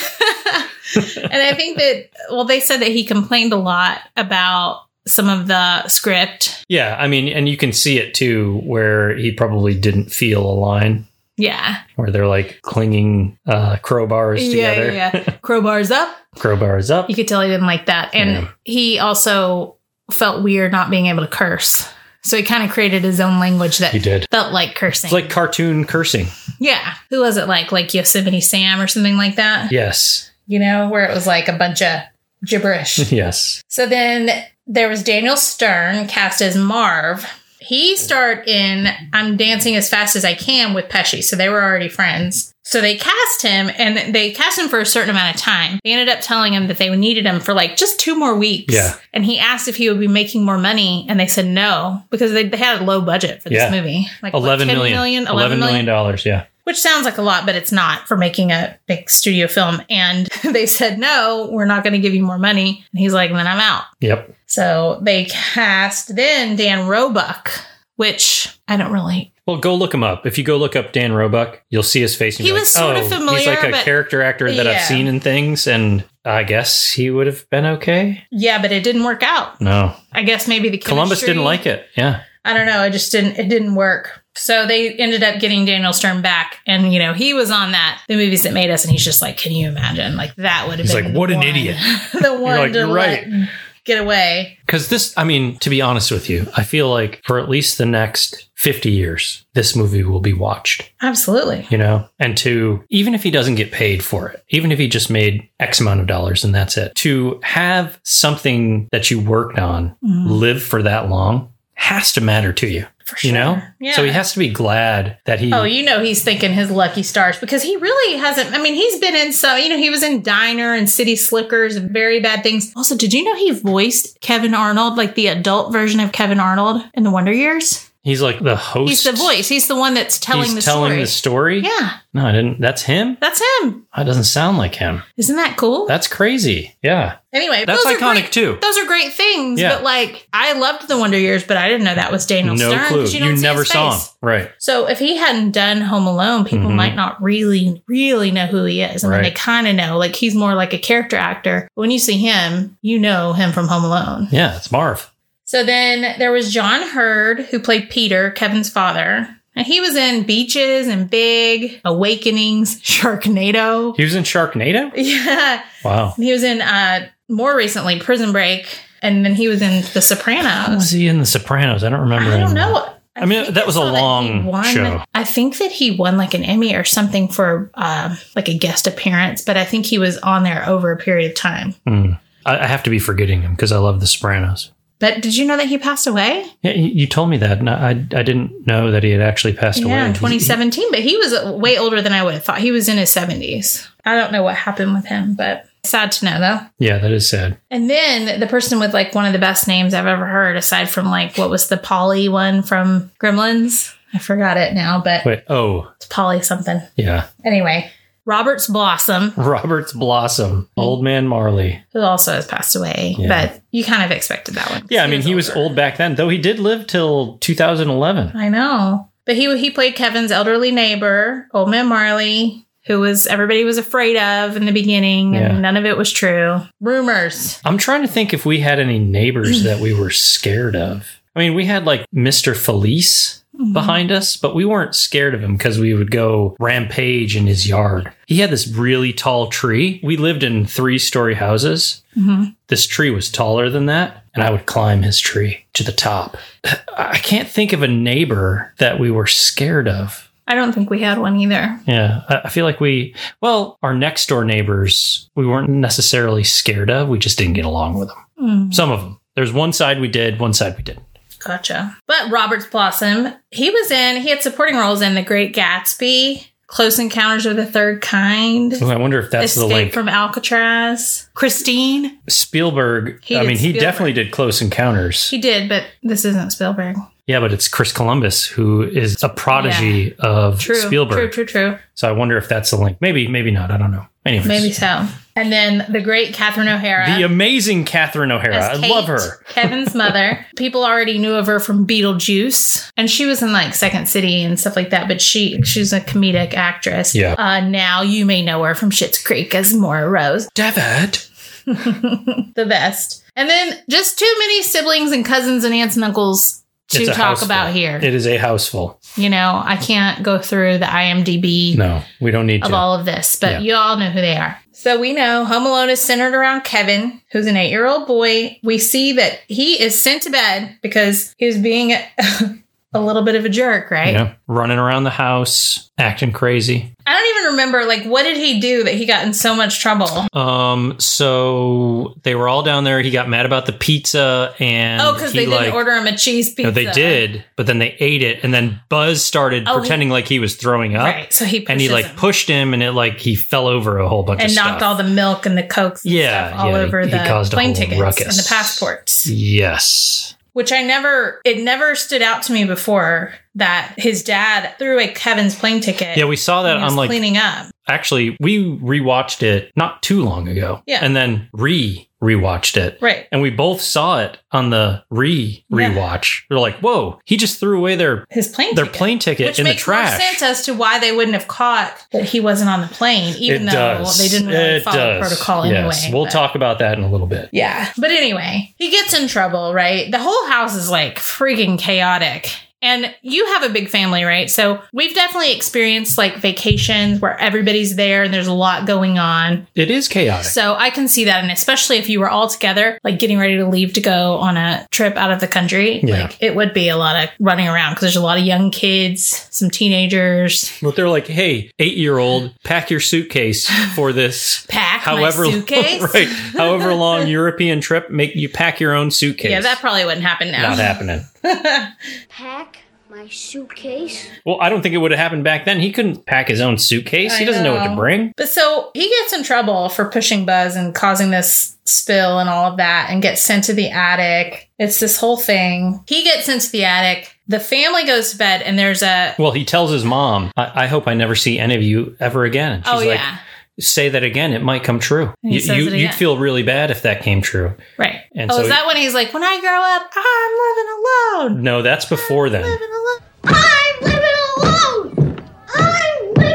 and I think that well, they said that he complained a lot about some of the script. Yeah, I mean, and you can see it too, where he probably didn't feel a line, Yeah, where they're like clinging uh, crowbars yeah, together. yeah, yeah. Crowbars up. Crowbars up. You could tell he didn't like that, and Yeah. he also felt weird not being able to curse. So he kind of created his own language that He did. felt like cursing. It's like cartoon cursing. yeah, who was it like? Like Yosemite Sam or something like that? Yes, You know, where it was like a bunch of gibberish. yes. So then there was Daniel Stern cast as Marv. He starred in I'm Dancing as Fast as I Can with Pesci, so they were already friends. So they cast him and they cast him for a certain amount of time. They ended up telling him that they needed him for like just two more weeks. Yeah. And he asked if he would be making more money, and they said no because they, they had a low budget for this Yeah. movie. Like what, Eleven 10 million. million, 11 million dollars. Yeah. which sounds like a lot, but it's not for making a big studio film. And they said, no, we're not going to give you more money. And he's like, then I'm out. Yep. So they cast then Dan Roebuck, which I don't really. Well, go look him up. If you go look up Dan Roebuck, you'll see his face. And He be was like, sort of "Oh, He's familiar, like a but- character actor that Yeah. I've seen in things, and I guess he would have been okay. Yeah, but it didn't work out. No, I guess maybe the Columbus didn't like it. Yeah. I don't know. It just didn't. It didn't work. So they ended up getting Daniel Stern back, and you know he was on that the movies that made us, and he's just like, can you imagine? Like that would have He's been. like, the what an one- idiot. the one like, to "You're let right." get away. Because this, I mean, to be honest with you, I feel like for at least the next 50 years, this movie will be watched, Absolutely. you know? And to, even if he doesn't get paid for it, even if he just made X amount of dollars and that's it, to have something that you worked on live for that long has to matter to you, Mm-hmm. For sure. you know? Yeah. So he has to be glad that he. Oh, you know he's thinking his lucky stars because he really hasn't. I mean, he's been in so you know he was in Diner and City Slickers and very bad things. Also, did you know he voiced Kevin Arnold, like the adult version of Kevin Arnold in the Wonder Years? he's like the host. He's the voice. He's the one that's telling He's the telling story. the story. yeah, No, I didn't. That's him. that's him. That doesn't sound like him. Isn't that cool? That's crazy. Yeah. anyway, That's those are iconic great- too. Those are great things, Yeah. but like I loved the Wonder Years, but I didn't know that was Daniel no Stern. clue. 'cause You, don't see never his saw him. face. Right. So if he hadn't done Home Alone, people Mhm. might not really, really know who he is. I mean, Right. they kind of know. Like he's more like a character actor. When you see him, you know him from Home Alone. Yeah, it's Marv. So then there was John Hurd, who played Peter, Kevin's father. And he was in Beaches and Big, Awakenings, Sharknado. He was in Sharknado? Yeah. Wow. He was in uh more recently Prison Break. And then he was in The How was Sopranos. he in The Sopranos? I don't remember. I don't him. know. I mean, think that I was a saw he long won- show. I think that he won like an Emmy or something for um, like a guest appearance, but I think he was on there over a period of time. Hmm. I, I have to be forgetting him because I love The Sopranos. But did you know that he passed away? Yeah, you you told me that, and I, I didn't know that he had actually passed away. Yeah, in He- 2017. But he was uh, way older than I would have thought. He was in his 70s. I don't know what happened with him, but sad to know though. he- yeah, that is sad. And then the person with like one of the best names I've ever heard, aside from like what was the Polly one from Gremlins? I forgot it now, but Wait, oh, it's Polly something. yeah. Anyway, Robert's Blossom. Robert's Blossom, Old Man Marley. who also has passed away. Yeah. But you kind of expected that one. Yeah, I mean, he was older. old back then, though he did live till 2011. I know, but he he played Kevin's elderly neighbor, Old Man Marley, who was everybody was afraid of in the beginning, Yeah. and none of it was true. Rumors. I'm trying to think if we had any neighbors that we were scared of. I mean, we had like Mr. Felice behind us, but we weren't scared of him because we would go rampage in his yard. He had this really tall tree. We lived in three story houses. Mm-hmm. This tree was taller than that, and I would climb his tree to the top. I can't think of a neighbor that we were scared of. I don't think we had one either. Yeah, I I feel like we, well, our next door neighbors, we weren't necessarily scared of. We just didn't get along with them. Mm. Some of them. There's one side we did, one side we didn't. Gotcha. But Robert's Blossom, he was in. He had supporting roles in The Great Gatsby, Close Encounters of the Third Kind. Ooh, I wonder if that's the Escape link. from Alcatraz. Christine. Spielberg, He I did mean, he Spielberg. definitely did Close Encounters. He did, but this isn't Spielberg. yeah, but it's Chris Columbus who is a prodigy of True. Spielberg. True, true, true. So I wonder if that's the link. Maybe, maybe not. I don't know. Anyways. Maybe so. And then the great Catherine O'Hara. The amazing Catherine O'Hara. I as Kate, love her. Kevin's mother. People already knew of her from Beetlejuice. And she was in like Second City and stuff like that, but she she's a comedic actress. Yeah. Uh, now you may know her from Schitt's Creek as Maura Rose. David. The best. And then just too many siblings and cousins and aunts and uncles to It's a talk houseful. about here. It is a houseful. you know, I can't go through the IMDb No, we don't need of to. all of this, but Yeah. you all know who they are. So we know Home Alone is centered around Kevin, who's an eight year old boy. We see that he is sent to bed because he was being a, little bit of a jerk, right? you know, running around the house, acting crazy. I don't even remember, like, what did he do that he got in so much trouble? Um, so they were all down there. He got mad about the pizza, and Oh, because he, they didn't like- order him a cheese pizza. No, they did, but then they ate it, and then Buzz started Oh, he- pretending like he was throwing up, Right. So he pushes and he like him pushed him, and it like he fell over a whole bunch and of knocked stuff. all the milk and the cokes and Yeah, stuff all yeah, he- over he the caused a plane whole tickets and ruckus. the passports. yes, which I never, it never stood out to me before that his dad threw away Kevin's plane ticket. yeah, we saw that when he was on like cleaning up. actually we rewatched it not too long ago, Yeah. and then re rewatched it, Right. and we both saw it on the re Yeah. rewatch. We're like, whoa, he just threw away their His plane their ticket. plane ticket Which in the makes trash. more sense as to why they wouldn't have caught that he wasn't on the plane, even It though does. they didn't really It follow does. protocol Yes. anyway. We'll but- talk about that in a little bit. Yeah. But anyway, he gets in trouble, right? The whole house is like freaking chaotic. And you have a big family, right? So we've definitely experienced like vacations where everybody's there and there's a lot going on. It is chaotic. So I can see that. And especially if you were all together, like getting ready to leave to go on a trip out of the country, Yeah. like it would be a lot of running around because there's a lot of young kids, some teenagers. But they're like, hey, eight year old, pack your suitcase for this. Pack my However, suitcase? right, however long European trip, make you pack your own suitcase. Yeah, that probably wouldn't happen now. not happening. Pack my suitcase. Well, I don't think it would have happened back then. He couldn't pack his own suitcase. he I doesn't know. what to know. bring. But so he gets in trouble for pushing Buzz and causing this spill and all of that and gets sent to the attic. It's this whole thing. He gets sent to the attic. The family goes to bed and there's a Well, he tells his mom, I, I hope I never see any of you ever again. And she's oh like, yeah. say that again. It might come true. And he You, says you, it you'd again. feel really bad if that came true. Right. And oh, so is he- that when he's like, When I grow up, I'm living alone. No, that's before then. Living alone. I'm living alone! I'm living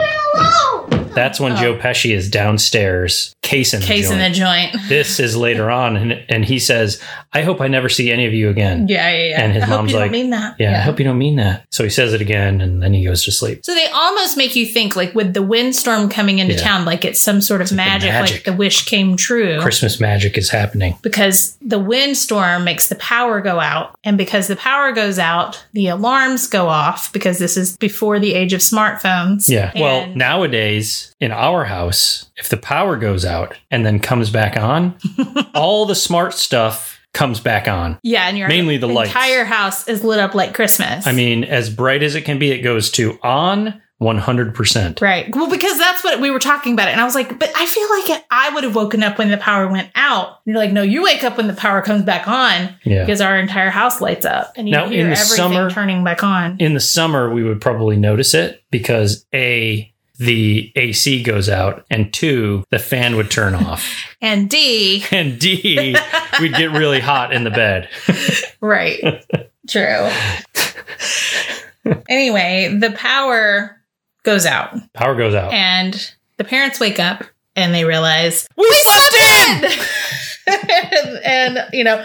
alone! That's when Joe Pesci is downstairs casing the Oh. Case in the joint. joint. This is later on, and, and he says, I hope I never see any of you again. Yeah, yeah, yeah. And his I hope mom's you like, don't mean that. Yeah, I hope you don't mean that. So he says it again, and then he goes to sleep. So they almost make you think, like with the windstorm coming into Yeah. town, like it's some sort of magic, magic. like the wish came true. Christmas magic is happening. because the windstorm makes the power go out. And because the power goes out, the alarms go off because this is before the age of smartphones. Yeah. well, And- nowadays in our house, if the power goes out and then comes back on, all the smart stuff comes back on. yeah, and your mainly the lights. entire house is lit up like Christmas. I mean, as bright as it can be, it goes to on 100%. right. Well, because that's what we were talking about. It. And I was like, but I feel like I would have woken up when the power went out. And you're like, no, you wake up when the power comes back on Yeah. because our entire house lights up and you Now, hear in the everything summer- turning back on. In the summer, we would probably notice it because A, the AC goes out, and two, the fan would turn off. And D, And D, we'd get really hot in the bed. Right. True. anyway, the power goes out, Power goes out. and the parents wake up and they realize we slept in! and, you know,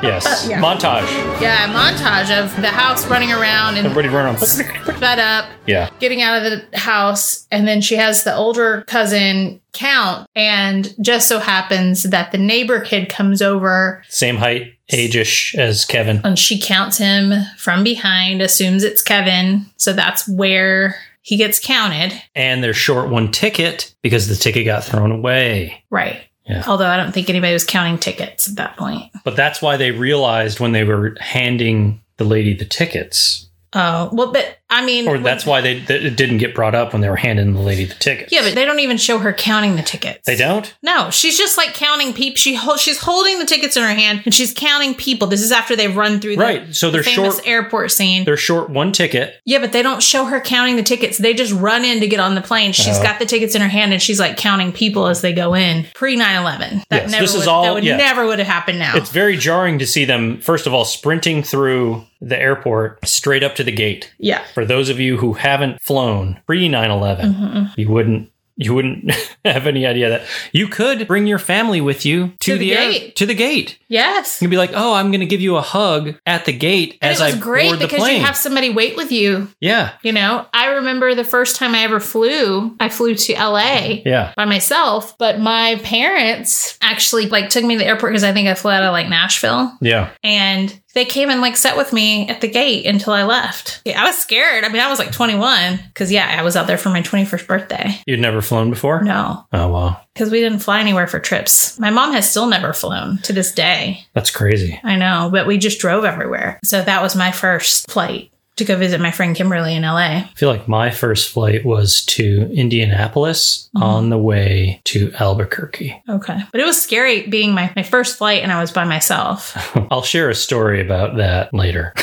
Yes. Yeah. Montage. yeah, a montage of the house running around and Everybody run on. fed up, Yeah. getting out of the house, and then she has the older cousin count, and just so happens that the neighbor kid comes over Same height, age ish as Kevin. and she counts him from behind, assumes it's Kevin. So that's where he gets counted. And they're short one ticket because the ticket got thrown away. Right. Yeah. Although I don't think anybody was counting tickets at that point. But that's why they realized when they were handing the lady the tickets, Oh, well, but I mean, or that's why they that it didn't get brought up when they were handing the lady the tickets. yeah, but they don't even show her counting the tickets. they don't. No, she's just like counting people. She hol- she's holding the tickets in her hand and she's counting people. This is after they've run through the, Right. So the they're famous short. airport scene. They're short one ticket. Yeah, but they don't show her counting the tickets. They just run in to get on the plane. She's Oh. got the tickets in her hand and she's like counting people as they go in. Pre 9/11. That Yes, never this is would, all- that would yeah. never would have happened now. It's very jarring to see them first of all sprinting through the airport straight up to the gate. yeah. For those of you who haven't flown pre 9/11, Mhm. you wouldn't you wouldn't have any idea that you could bring your family with you to, To the the, air- gate. to the gate. Yes. You'd be like, "Oh, I'm going to give you a hug at the gate And as it was I great board the because plane." you have somebody wait with you, yeah, you know. I remember the first time I ever flew, I flew to LA. yeah, by myself, but my parents actually like took me to the airport because I think I flew out of like Nashville. yeah. and they came and like sat with me at the gate until I left. Yeah, I was scared. I mean, I was like 21 because yeah, I was out there for my 21st birthday. You'd never flown before? No, Oh wow, because we didn't fly anywhere for trips. My mom has still never flown to this day. that's crazy. I know, but we just drove everywhere. So that was my first flight to go visit my friend Kimberly in LA. I feel like my first flight was to Indianapolis Mhm. on the way to Albuquerque. Okay. But it was scary being my, my first flight and I was by myself. I'll share a story about that later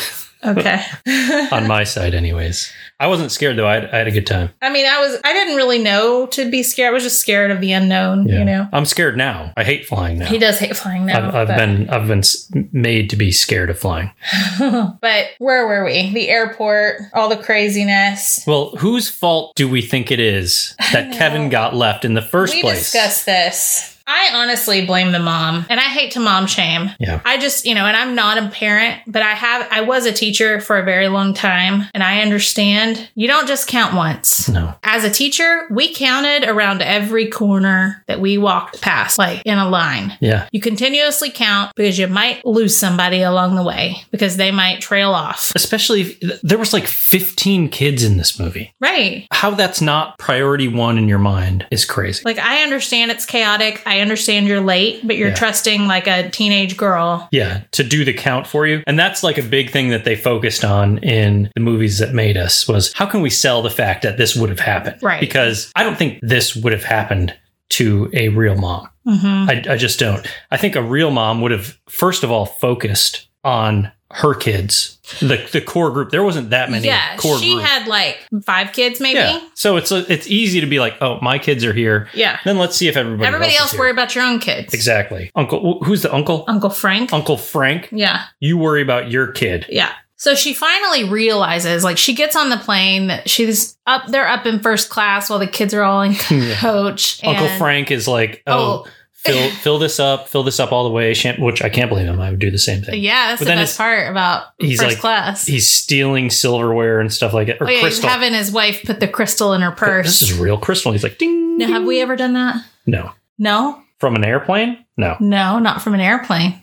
Okay. on my side, anyways. I wasn't scared though. I had, I had a good time. I mean, I was I didn't really know to be scared. I was just scared of the unknown, you know. I'm scared now. I hate flying now. He does hate flying now. I've, I've but, been I've been s- made to be scared of flying. but where were we? The airport, all the craziness. Well, whose fault do we think it is that Kevin got left in the first we place? discussed this. I honestly blame the mom, and I hate to mom shame. Yeah. I just, you know, and I'm not a parent, but I have I was a teacher for a very long time, and I understand you don't just count once. No. As a teacher, we counted around every corner that we walked past, like in a line. Yeah. You continuously count because you might lose somebody along the way because they might trail off. Especially if, there was like 15 kids in this movie. Right. How that's not priority 1 in your mind is crazy. Like I understand it's chaotic. I understand you're late, but you're Yeah. trusting like a teenage girl. Yeah, to do the count for you. And that's like a big thing that they focused on in the movies that made us was how can we sell the fact that this would have happened? Right. Because I don't think this would have happened to a real mom. Mhm. I, I just don't. I think a real mom would have first of all focused on her kids, the the core group. There wasn't that many Yeah, core she group. had like five kids maybe. yeah. So it's it's easy to be like, oh, my kids are here. Yeah. Then let's see if everybody Everybody else, else, Uh, is worry here. about your own kids. exactly. Uncle, who's the uncle? Uncle Frank. Uncle Frank. Yeah. You worry about your kid. Yeah. So she finally realizes, like, she gets on the plane. that She's up. They're up in first class while the kids are all in coach. Uncle and- Frank is like, oh, Oh. fill fill this up, fill this up all the way. Shan- Which I can't believe him. I would do the same thing. Yeah, that's But the then best it's- part about he's first like- class. He's stealing silverware and stuff like it, or oh, yeah, he's crystal. having his wife put the crystal in her This purse. is real crystal. He's like, ding. Now, ding. have we ever done that? No. No, From an airplane? No. no, not from an airplane.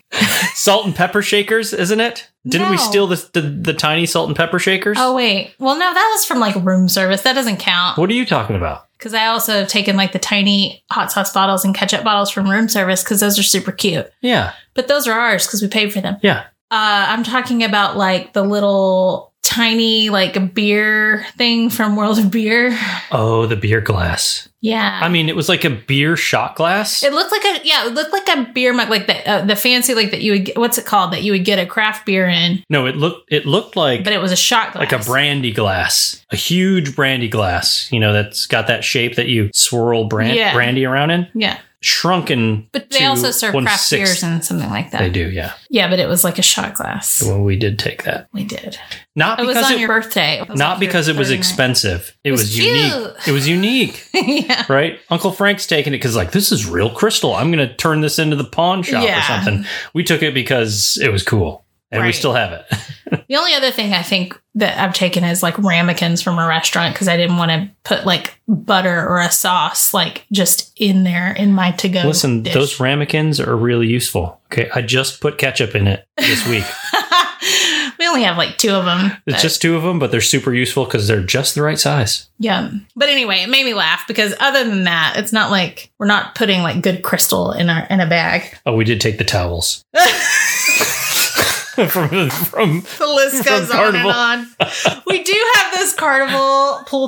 salt and pepper shakers, isn't it? Didn't we No. steal the, the the tiny salt and pepper shakers? Oh wait, well, no, that was from like room service. That doesn't count What are you talking about? because I also have taken like the tiny hot sauce bottles and ketchup bottles from room service because those are super cute. Yeah. But those are ours because we paid for them. Yeah. Uh, I'm talking about like the little tiny like beer thing from World of Beer. Oh, the beer glass. Yeah. I mean, it was like a beer shot glass. it looked like a yeah, it looked like a beer mug, like the uh, the fancy like that you would get, what's it called that you would get a craft beer in, no, it looked it looked like but it was a shot glass, like a brandy glass, a huge brandy glass. You know, that's got that shape that you swirl brand, Yeah. brandy around in, Yeah, shrunken. but they to also serve one craft sixth. beers and something like that. They do, yeah. Yeah, but it was like a shot glass. Well, we did take that, We did. not It was because on it, your birthday. It was not like your because it was third night. expensive. It, was was cute. unique. It was unique. yeah. right? Uncle Frank's taking it because like this is real crystal. I'm gonna turn this into the pawn shop Yeah. or something. We took it because it was cool, and we Right. still have it. The only other thing I think that I've taken is like ramekins from a restaurant because I didn't want to put like butter or a sauce like just in there in my to go. Listen, those ramekins are really useful. Okay, I just put ketchup in it this week. we only have like two of them. it's just two of them, but they're super useful because they're just the right size. yeah. But anyway, it made me laugh because other than that, it's not like we're not putting like good crystal in our in a bag. Oh, we did take the towels from from. The list From goes on and Carnival. on. we do have those carnival pool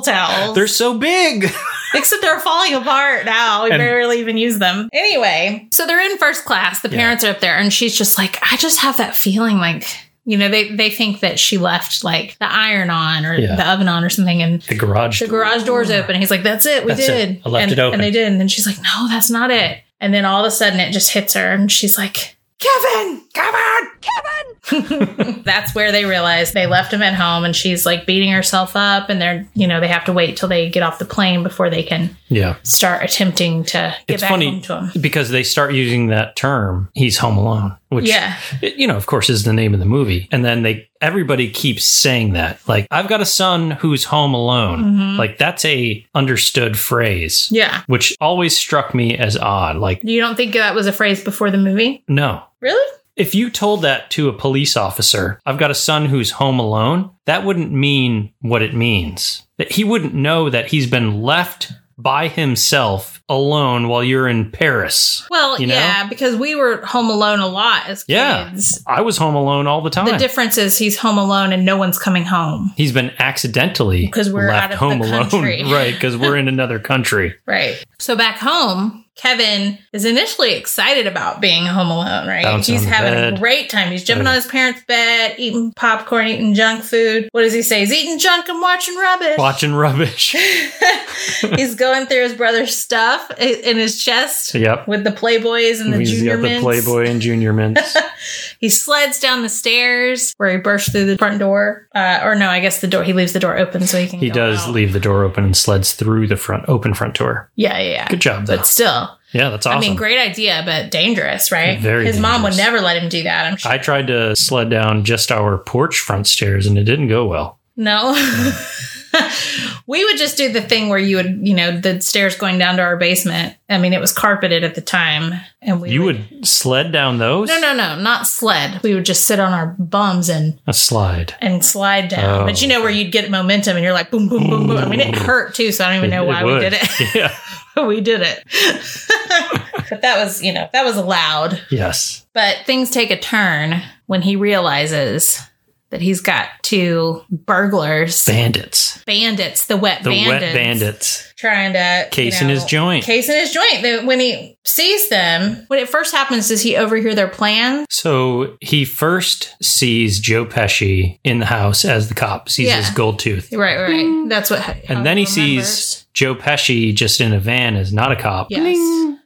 towels. They're so big. Except they're falling apart now. We And- barely even use them. Anyway, so they're in first class. The Yeah. parents are up there, and she's just like, I just have that feeling like, you know, they, they think that she left like the iron on or Yeah. the oven on or something, and The garage. the door. Mm. garage door's open. He's like, That's it. We That's did. it. I left and, it open. And they did. And then she's like, No, that's not it. And then all of a sudden it just hits her, and she's like, Kevin, Kevin, Kevin. That's where they realize they left him at home, and she's like beating herself up, and they're, you know, they have to wait till they get off the plane before they can Yeah, start attempting to get it's back funny home to him. because they start using that term. He's home alone, which Yeah, it, you know, of course, is the name of the movie. And then they everybody keeps saying that, like, I've got a son who's home alone. Like that's a understood phrase, Mm-hmm. yeah. which always struck me as odd. Like, You don't think that was a phrase before the movie? no. Really? If you told that to a police officer, I've got a son who's home alone, that wouldn't mean what it means. That he wouldn't know that he's been left by himself alone while you're in Paris. Well, You know? yeah, because we were home alone a lot as Yeah. kids. I was home alone all the time. The difference is he's home alone and no one's coming home. He's been accidentally 'Cause we're left out of home the alone, country. right? Because we're in another country. Right. So back home, Kevin is initially excited about being home alone, right? Bouncing He's on the having a bed. great time. He's jumping Right. on his parents' bed, eating popcorn, eating junk food. What does he say? He's eating junk and watching rubbish. Watching rubbish. He's going through his brother's stuff i- in his chest Yep. with the Playboys and the He's Junior got the Mints. Playboy and Junior Mints. He sleds down the stairs where he bursts through the front door. Uh, or no, I guess the door. He leaves the door open so he can. he go does out. leave the door open and sleds through the front open front door. Yeah, yeah, yeah. Good job, though. But still, yeah, that's awesome. I mean, great idea, but dangerous, right? Very His mom would dangerous. never let him do that. I'm sure. I tried to sled down just our porch front stairs and it didn't go well. no. we would just do the thing where you would, you know, the stairs going down to our basement. I mean, it was carpeted at the time, and we You would sled down those? No, no, no, not sled. We would just sit on our bums and A slide. and slide down. Oh. But you know where you'd get momentum, and you're like boom, boom, boom, boom. I mean, it hurt too, so I don't even know It- why it we would. did it. yeah. we did it. but that was, you know, that was allowed. Yes. But things take a turn when he realizes that he's got two burglars, Bandits. bandits, the wet The bandits, wet bandits. trying to Case you in know, his joint. Case in his joint. Then When he sees them, when it first happens, does he overhear their plans? So he first sees Joe Pesci in the house as the cop, sees Yeah. his gold tooth. Right, right. That's what. how And then he remembers. sees Joe Pesci just in a van as not a cop. Yes.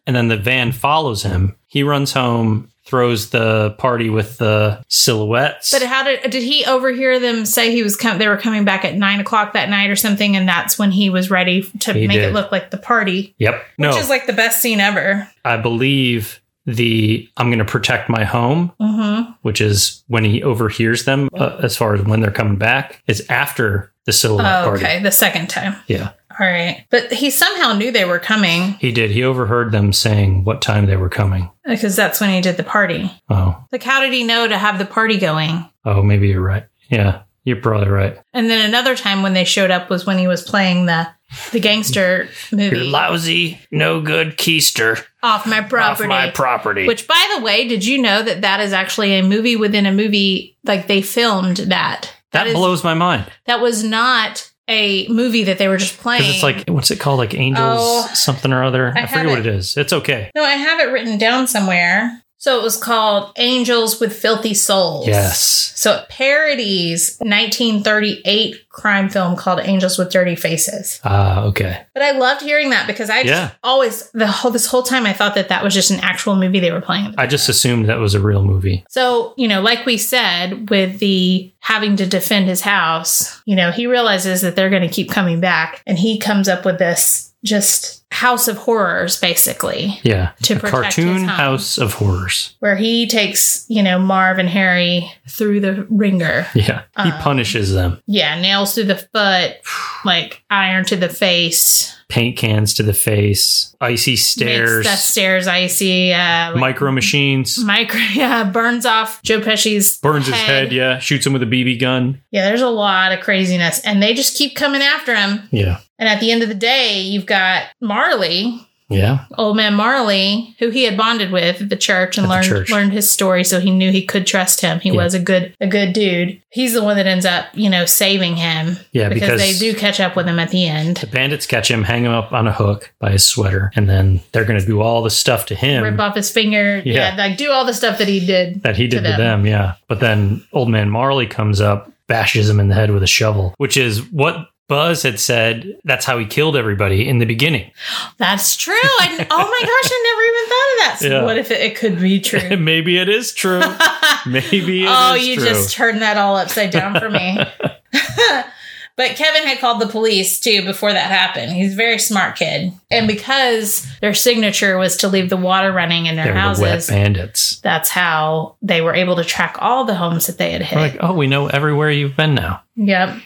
And then the van follows him. He runs home, throws the party with the silhouettes. But how did did he overhear them say he was com- they were coming back at nine o'clock that night or something, and that's when he was ready to He make it did. Oh. look like the party, yep. no. which is like the best scene ever. I believe the I'm going to protect my home, Mm-hmm. which is when he overhears them uh, as far as when they're coming back, is after the silhouette Oh, party. okay, the second time. Yeah, All right. But he somehow knew they were coming he did. He overheard them saying what time they were coming. because that's when he did the party. Oh, Like, how did he know to have the party going? oh, maybe you're right. Yeah, you're probably right. And then another time when they showed up was when he was playing the the gangster You're movie lousy, no good keister off my property. off my property. Which, by the way, did you know that that is actually a movie within a movie? Like they filmed that. that is- blows my mind That was not a movie that they were just playing. because it's like what's it called? Like angels, Oh, something or other. I I, forget what have it is. It's okay. no, I have it written down somewhere. So it was called Angels with Filthy Souls. Yes. So it parodies 1938 crime film called Angels with Dirty Faces. Ah, okay. But I loved hearing that because I just Yeah. always the whole this whole time I thought that that was just an actual movie they were playing. I just assumed that was a real movie. So, you know, like we said with the having to defend his house, you know, he realizes that they're going to keep coming back and he comes up with this just house of horrors basically Yeah. To a protect his cartoon home. house of horrors. where he takes, you know, Marv and Harry through the ringer. Yeah. He Um, punishes them. Yeah, nails through the foot, like iron to the face, Paint cans to the face, icy stairs, makes the stairs icy, uh, like micro machines, micro, yeah, burns off Joe Pesci's burns his head. Yeah. Shoots him with a BB gun. yeah, there's a lot of craziness, and they just keep coming after him. Yeah. And at the end of the day, you've got Marley, Yeah. old man Marley, who he had bonded with at the church and At the learned church. learned his story, so he knew he could trust him. He Yeah. was a good a good dude. He's the one that ends up, you know, saving him. Yeah, because- they do catch up with him at the The end. bandits catch him, hang him up on a hook by his sweater, and then they're going to do all the stuff to Rip him off his finger, Yeah. yeah. like do all the stuff that he did. that he did to to them. them. Yeah. But then old man Marley comes up, bashes him in the head with a shovel, which is what Buzz had said. That's how he killed everybody in the beginning. That's true. And oh my gosh, I never even thought of that. So Yeah. what if it, it could be true? Maybe it is true. Maybe it is oh, you true. just turned that all upside down for me. but Kevin had called the police too before that happened. He's a very smart kid. And because their signature was to leave the water running in their They're the wet houses, bandits. that's how they were able to track all the homes that they had hit. We're like, oh, we know everywhere you've been now. Yep.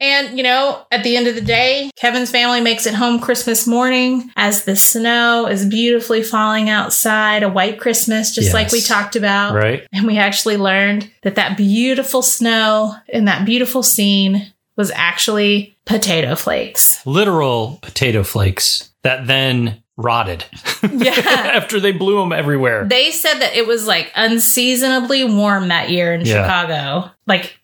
And, you know, at the end of the day, Kevin's family makes it home Christmas morning as the snow is beautifully falling outside, a white Christmas, just like Yes. we talked about. Right? And we actually learned that that beautiful snow in that beautiful scene was actually potato flakes. Literal potato flakes that then rotted Yeah. after they blew them everywhere. They said that it was like unseasonably warm that year in Yeah. Chicago, like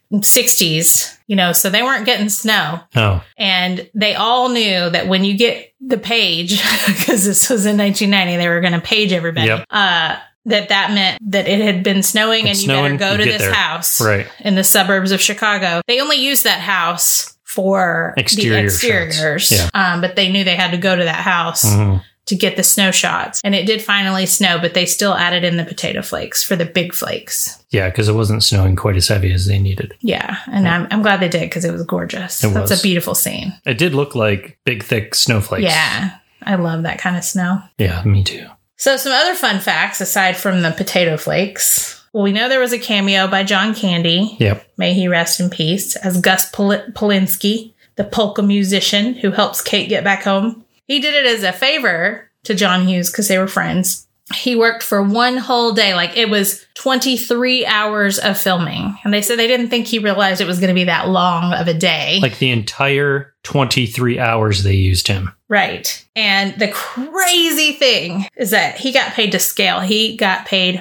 60s, you know, so they weren't getting snow. No. And they all knew that when you get the page, because this was in 1990, they were going to page everybody. Yep. Uh, that that meant that it had been snowing and It's you snowing, better you go to get this there. house Right. in the suburbs of Chicago. They only used that house for the Exterior shots. exteriors, Yeah. um, but they knew they had to go to that house Mhm. to get the snow shots. And it did finally snow, but they still added in the potato flakes for the big flakes. Yeah, because it wasn't snowing quite as heavy as they needed. Yeah. And I'm, I'm glad they did because it was gorgeous. It That's was. a beautiful scene. It did look like big, thick snowflakes. Yeah. I love that kind of snow. Yeah, me too. So, some other fun facts aside from the potato flakes. Well, we know there was a cameo by John Candy. Yep. May he rest in peace, as Gus Pol- Polinsky, the polka musician who helps Kate get back home. He did it as a favor to John Hughes because they were friends. He worked for one whole day, like it was 23 hours of filming. And they said they didn't think he realized it was going to be that long of a day. Like the entire 23 hours they used him. Right. And the crazy thing is that he got paid to scale. He got paid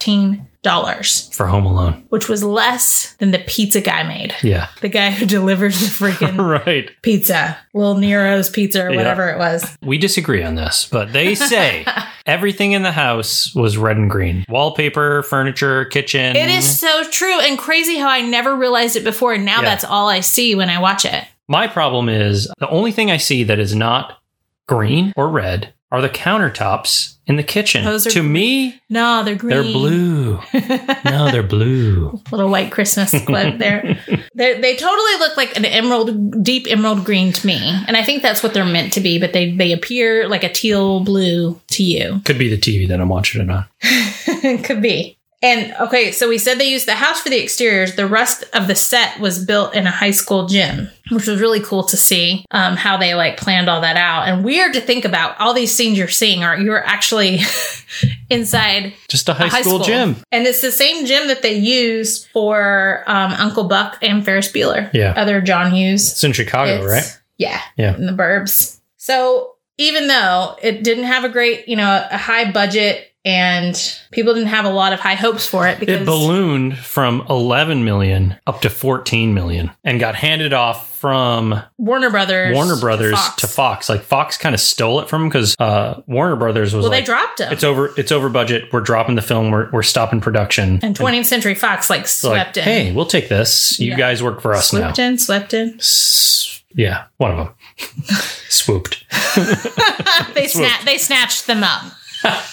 $414, for Home Alone. which was less than the pizza guy made. Yeah. The guy who delivered the freaking right. pizza, Little Nero's pizza or Yeah. whatever it was. We disagree on this, but they say everything in the house was red and green wallpaper, furniture, kitchen. It is so true and crazy how I never realized it before. And now Mm-hmm. Yeah. that's all I see when I watch it. My problem is the only thing I see that is not green or red are the countertops in the kitchen. Those are to me, No, they're green. they're blue. no, they're blue. Little white Christmas clip there. they they totally look like an emerald, deep emerald green to me, and I think that's what they're meant to be. But they they appear like a teal blue to you. Could be the TV that I'm watching it on. Could be. And okay, so we said they used the house for the exteriors. The rest of the set was built in a high school gym, which was really cool to see um, how they like planned all that out. And weird to think about all these scenes you're seeing are you're actually inside Just a high, a school, gym. And it's the same gym that they used for um, Uncle Buck and Ferris Bueller. Yeah. Other John Hughes. It's in Chicago, It's- right? Yeah. Yeah. In the burbs. So even though it didn't have a great, you know, a high budget and people didn't have a lot of high hopes for it because It ballooned from 11 million up to 14 million and got handed off from Warner Brothers. Warner Brothers to Fox. Fox. Like Fox kind of stole it from them because uh, Warner Brothers was Well, like, they dropped them. "It's over, it's over budget. We're dropping the film. We're, we're stopping production." and 20th Century Fox like It's like, swept in. hey, we'll take this. You Yeah. guys work for us Swooped now. in, swept in. S- Yeah, one of them swooped. they sna- they snatched them up.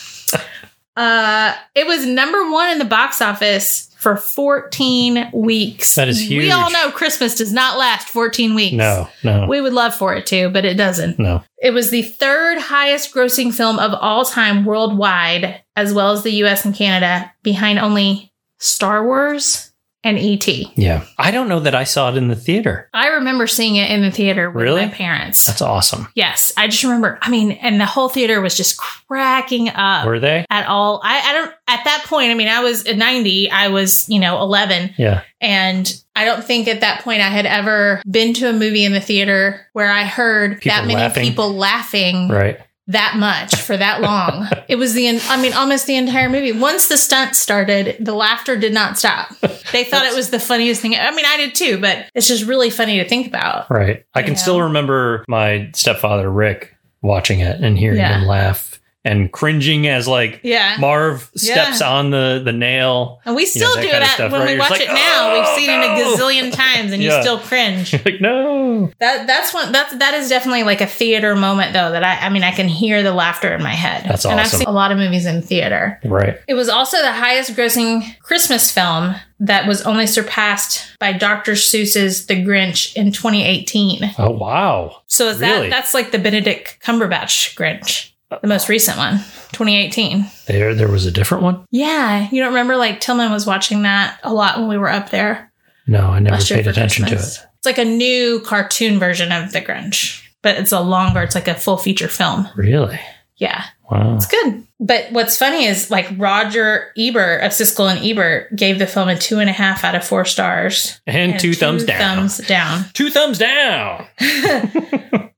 uh, it was number one in the box office for 14 weeks. That is We all huge. know Christmas does not last 14 weeks. No, no, We would love for it to, but it doesn't. no. It was the third highest grossing film of all time worldwide, as well as the US and Canada, behind only Star Wars and E.T. Yeah, I don't know that I saw it in the theater. I remember seeing it in the theater with Really? my parents. That's awesome. Yes, I just remember. I mean, and the whole theater was just cracking up Were they? at all. I, I don't at that point. I mean, I was at ninety. I was you know eleven, Yeah, and I don't think at that point I had ever been to a movie in the theater where I heard People that many laughing. people laughing right. that much for that long. it was the en- I mean, almost the entire movie. Once the stunt started, the laughter did not stop. They thought it was the funniest thing. I mean, I did too, but it's just really funny to think about. Right. I can Yeah. still remember my stepfather Rick watching it and hearing Yeah. him laugh and cringing as like Yeah. Marv steps on the the nail. And we you know, still that do kind of that stuff, when right? we You're watch just it like, now. "Oh, We've seen it a no." gazillion times, and you Yeah. still cringe. Like no. That that's one. That's that is definitely like a theater moment, though. That I, I mean, I can hear the laughter in my head. That's And I've awesome. seen a lot of movies in theater. Right. It was also the highest grossing Christmas film that was only surpassed by Dr. Seuss's The Grinch in 2018. Oh wow. So is Really? that that's like the Benedict Cumberbatch Grinch, the most recent one, 2018. There there was a different one? Yeah, you don't remember like Tillman was watching that a lot when we were up there. No, I never last year paid for attention Christmas. to it. It's like a new cartoon version of The Grinch, but it's a longer, it's like a full feature film. Really? Yeah, Wow. it's good. But what's funny is like Roger Ebert of Siskel and Ebert gave the film a two and a half out of four stars And, two, thumbs down. Thumbs down. Two thumbs down.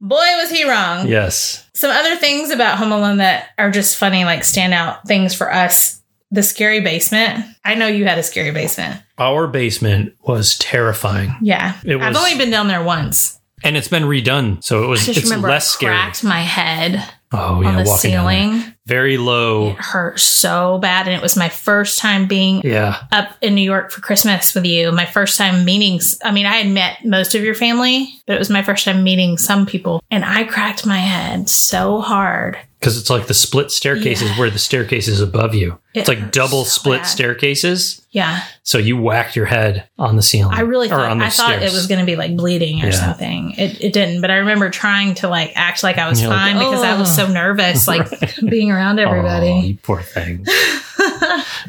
Boy, was he wrong. Yes. Some other things about Home Alone that are just funny, like standout things for us. The scary basement. I know you had a scary basement. Our basement was terrifying, Yeah. It I've was- only been down there once. and it's been redone, so it was I just it's remember less I scary. cracked my head Oh yeah, on the walking down there. ceiling. very low. It hurt so bad. And it was my first time being Yeah, up in New York for Christmas with you. My first time meeting, s- I mean, I had met most of your family, but it was my first time meeting some people. And I cracked my head so hard. because it's like the split staircases where the staircase is above you. It it's like hurts double so split bad. staircases. Yeah. So you whacked your head on the ceiling. I really or thought, I those thought it stairs. was going to be like bleeding or Yeah. something. It, it didn't, but I remember trying to like act like I was You're like, fine because I was so nervous, like being around Oh, everybody. you poor thing.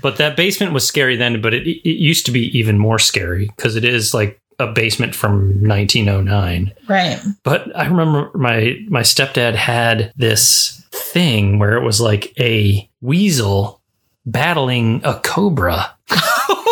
but that basement was scary then, but it, it used to be even more scary because it is like a basement from 1909. Right. But I remember my my stepdad had this thing where it was like a weasel battling a cobra.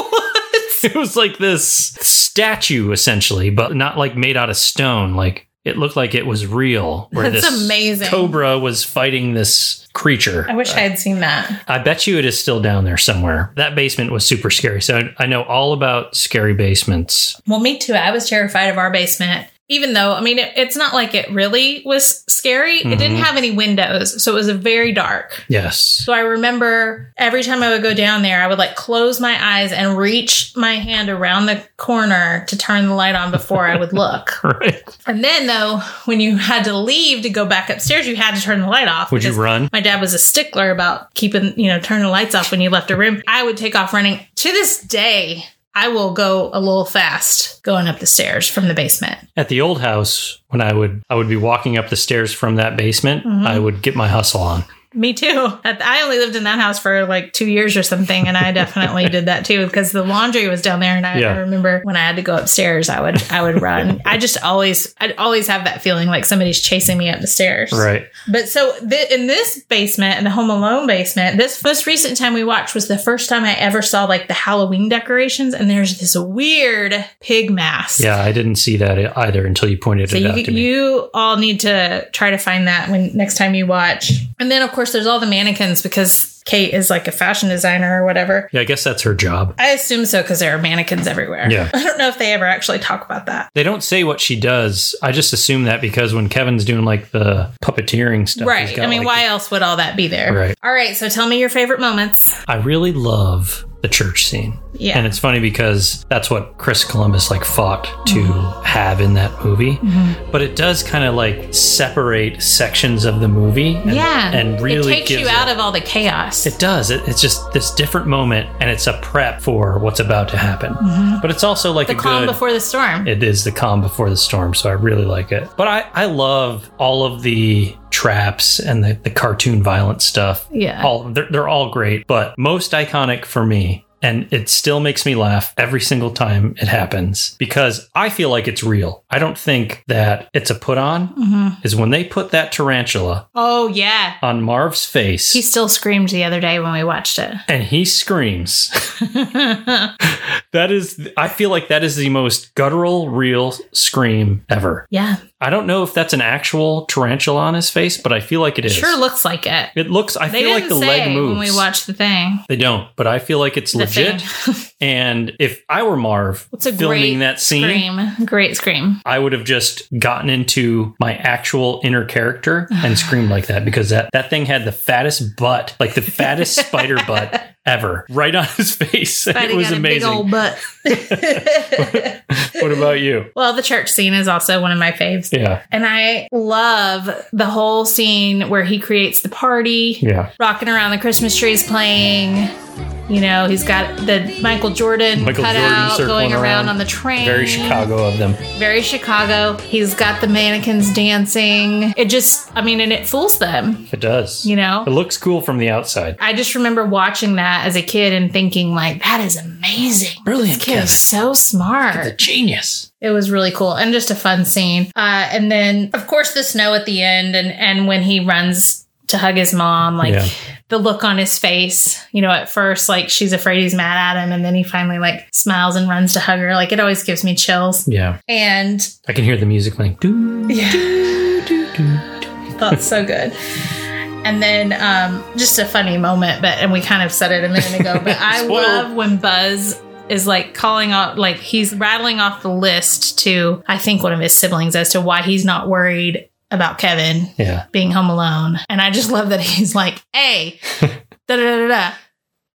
It was like this statue essentially, but not like made out of stone. Like it looked like it was real. Where That's this amazing. Cobra was fighting this creature. I wish I had seen that. I bet you it is still down there somewhere. That basement was super scary. So I know all about scary basements. Well, me too. I was terrified of our basement. Even though, I mean, it, it's not like it really was scary. It didn't Mm-hmm. have any windows, so it was very dark. Yes. So I remember every time I would go down there, I would like close my eyes and reach my hand around the corner to turn the light on before I would look. Right. And then, though, when you had to leave to go back upstairs, you had to turn the light off. Would you because run? My dad was a stickler about keeping, you know, turning the lights off when you left a room. I would take off running. To this day, I will go a little fast going up the stairs from the basement. At the old house, when I would I would be walking up the stairs from that basement, Mm-hmm. I would get my hustle on. Me too. At- I only lived in that house for like two years or something, and I definitely did that too because the laundry was down there, and I, I Yeah. remember when I had to go upstairs, I would I would run. I just always I'd always have that feeling like somebody's chasing me up the stairs. Right. But so th- in this basement, in the Home Alone basement, this most recent time we watched was the first time I ever saw like the Halloween decorations, and there's this weird pig mask. Yeah, I didn't see that e-, either until you pointed So it you, out to me. you all need to try to find that when next time you watch. And then of course there's all the mannequins because Kate is like a fashion designer or whatever. yeah, I guess that's her job. I assume so because there are mannequins everywhere. Yeah. I don't know if they ever actually talk about that. They don't say what she does. I just assume that because when Kevin's doing like the puppeteering stuff, he's right. got, I mean, like- why else would all that be there? Right. All right. So tell me your favorite moments. I really love the church scene. Yeah. And it's funny because that's what Chris Columbus like fought to Mm-hmm. have in that movie. But it does kind of like separate sections of the movie and, yeah. and really it takes gives you out of all the chaos. it does. It, it's just this different moment and it's a prep for what's about to happen. But it's also like Mm-hmm. the a calm good before the storm. it is the calm before the storm, so I really like it. But I, I love all of the traps and the, the cartoon violence stuff. Yeah. All they're, they're all great, but most iconic for me, and it still makes me laugh every single time it happens because I feel like it's real. I don't think that it's a put on, Mm-hmm. is when they put that tarantula oh yeah. on Marv's face He still screamed the other day when we watched it. and he screams. that is, I feel like that is the most guttural, real scream ever. Yeah. I don't know if that's an actual tarantula on his face, but I feel like it is. Sure looks like it. It looks. I They feel like didn't the say leg moves. when we watched the thing. they don't, but I feel like it's The legit. and if I were Marv It's a filming great that scene, Scream. Great scream. I would have just gotten into my actual inner character and screamed like that because that, that thing had the fattest butt, like the fattest spider butt ever, right on his face. And it was amazing. butt. What about you? well, the church scene is also one of my faves. Yeah. And I love the whole scene where he creates the party, Yeah. rocking around the Christmas trees playing. You know, he's got the Michael Jordan Michael cutout Jordan going circling around, around. on the train. Very Chicago of them. Very Chicago. He's got the mannequins dancing. It just, I mean, and it fools them, It does. you know? It looks cool from the outside. I just remember watching that as a kid and thinking, like, that is amazing. Brilliant, This kid Kevin. is so smart. genius. It was really cool and just a fun scene. Uh, and then, of course, the snow at the end, and and when he runs to hug his mom, like Yeah. the look on his face. You know, at first, like she's afraid he's mad at him, and then he finally like smiles and runs to hug her. Like it always gives me chills. Yeah. And I can hear the music like doo yeah. doo doo. That's so good. And then um, just a funny moment, but and we kind of said it a minute ago, but I Spoiler. love when Buzz is like calling out, like he's rattling off the list to I think one of his siblings as to why he's not worried about Kevin Yeah. being home alone. And I just love that he's like A, da da da da,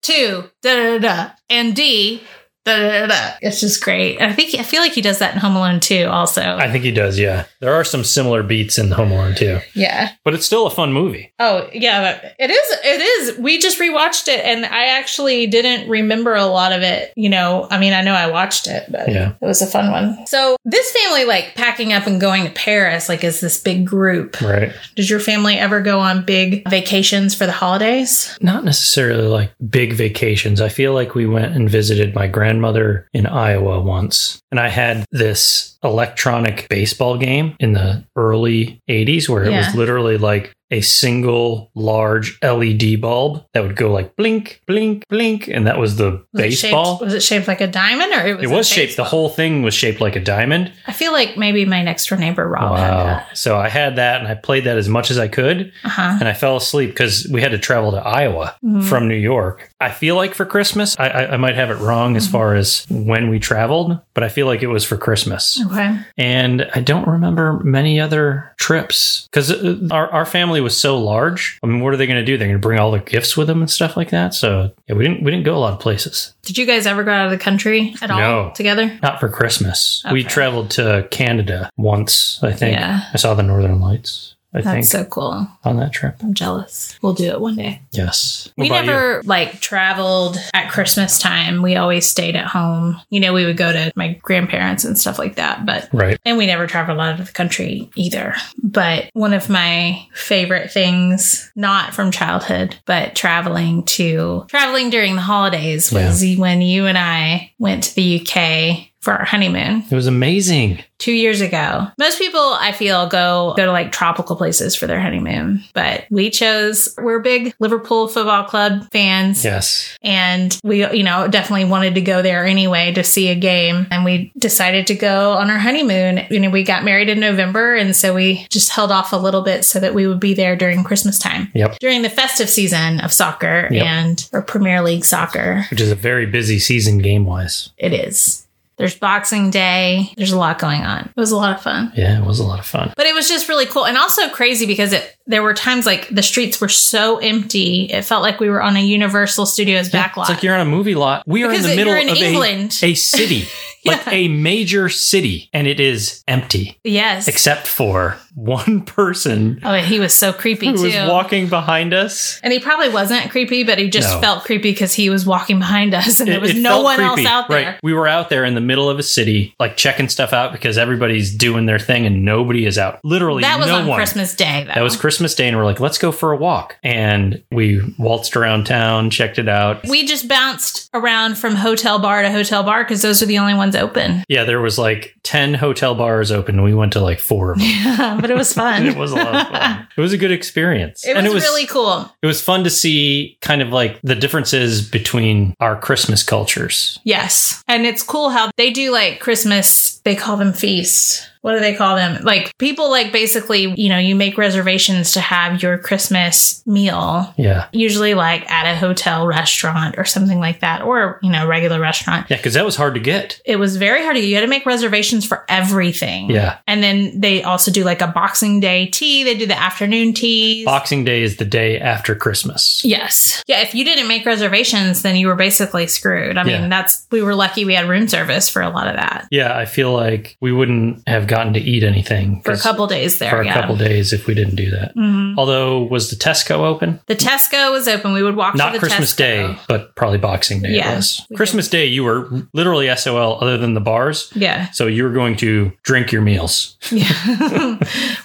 two, da da da, da, and D, da da da da. It's just great. And I think I feel like he does that in Home Alone too. Also, I think he does, yeah. There are some similar beats in Home Alone too. yeah. But it's still a fun movie. Oh yeah, but it is. It is. We just rewatched it, and I actually didn't remember a lot of it. You know, I mean, I know I watched it, but Yeah. it was a fun one. So this family, like packing up and going to Paris, like is this big group. Right. Does your family ever go on big vacations for the holidays? Not necessarily like big vacations. I feel like we went and visited my grandmother in Iowa once. And I had this electronic baseball game in the early 80s where it Yeah. was literally like a single large LED bulb that would go like blink, blink, blink. And that was the Was it shaped- baseball. was it shaped like a diamond, or it was? it a was shaped, the baseball? whole thing was shaped like a diamond. Uh, I feel like maybe my next door neighbor Rob had that. So I had that and I played that as much as I could. Uh huh. And I fell asleep because we had to travel to Iowa Mm-hmm. from New York. I feel like for Christmas, I, I, I might have it wrong Mm-hmm. as far as when we traveled, but I feel like it was for Christmas. Okay. And I don't remember many other trips because our, our family was so large. I mean, what are they going to do? They're going to bring all their gifts with them and stuff like that. So yeah, we didn't we didn't go a lot of places. Did you guys ever go out of the country at all No. together? Not for Christmas. We Okay. traveled to Canada once, I think. Yeah. I saw the Northern Lights, I think, That's so cool. on that trip. I'm jealous. We'll do it one day. Yes. We What about you? never like traveled at Christmas time. We always stayed at home. You know, we would go to my grandparents and stuff like that, but Right. and we never traveled out of the country either. But one of my favorite things, not from childhood, but traveling to traveling during the holidays was when you and I went to the UK for our honeymoon It was amazing. two years ago. Most people, I feel, go go to like tropical places for their honeymoon, but we chose. We're big Liverpool football club fans, Yes. and we, you know, definitely wanted to go there anyway to see a game. And we decided to go on our honeymoon. You know, we got married in November, and so we just held off a little bit so that we would be there during Christmas time. Yep. During the festive season of soccer Yep. and or Premier League soccer, Which is a very busy season game wise. it is. There's Boxing Day. There's a lot going on. It was a lot of fun. Yeah, it was a lot of fun. But it was just really cool and also crazy because it there were times like the streets were so empty. It felt like we were on a Universal Studios back lot. It's like you're on a movie lot. We are Because in the you're middle in of England. a a city, like a major city, and it is empty yes. except for one person oh, and he was so creepy who too. was walking behind us. and he probably wasn't creepy, but he just No. felt creepy because he was walking behind us and there was it no felt one creepy. else out there. Right. We were out there in the middle of a city, like checking stuff out because everybody's doing their thing and nobody is out. Literally, That was no on one. Christmas Day though. That was Christmas Day, and we're like, let's go for a walk. And we waltzed around town, checked it out. we just bounced around from hotel bar to hotel bar because those are the only ones open. Yeah, there was like 10 hotel bars open. and We went to like four of them. but it was fun. It was a lot of fun. It was a good experience. It and was really cool. it was fun to see kind of like the differences between our Christmas cultures. Yes. And it's cool how they do like Christmas, they call them feasts. What do they call them? Like people like basically, you know, you make reservations to have your Christmas meal, Yeah. usually like at a hotel restaurant or something like that, or, you know, a regular restaurant. Yeah, because that was hard to get. It was very hard to You had to make reservations for everything. Yeah. And then they also do like a Boxing Day tea. They do the afternoon teas. Boxing Day is the day after Christmas. Yes. Yeah. If you didn't make reservations, then you were basically screwed. I mean, Yeah. that's, we were lucky we had room service for a lot of that Yeah, I feel like we wouldn't have gotten to eat anything for a 'cause- couple days there. for a yeah. Mm-hmm. couple days if we didn't do that. Although, was the Tesco open? The Tesco was open. We would walk to Not the Christmas Tesco. Day, but probably Boxing Day Yeah, it was. we Christmas Day, you were literally SOL other than the bars. Yeah. So you were going to drink your meals Yeah.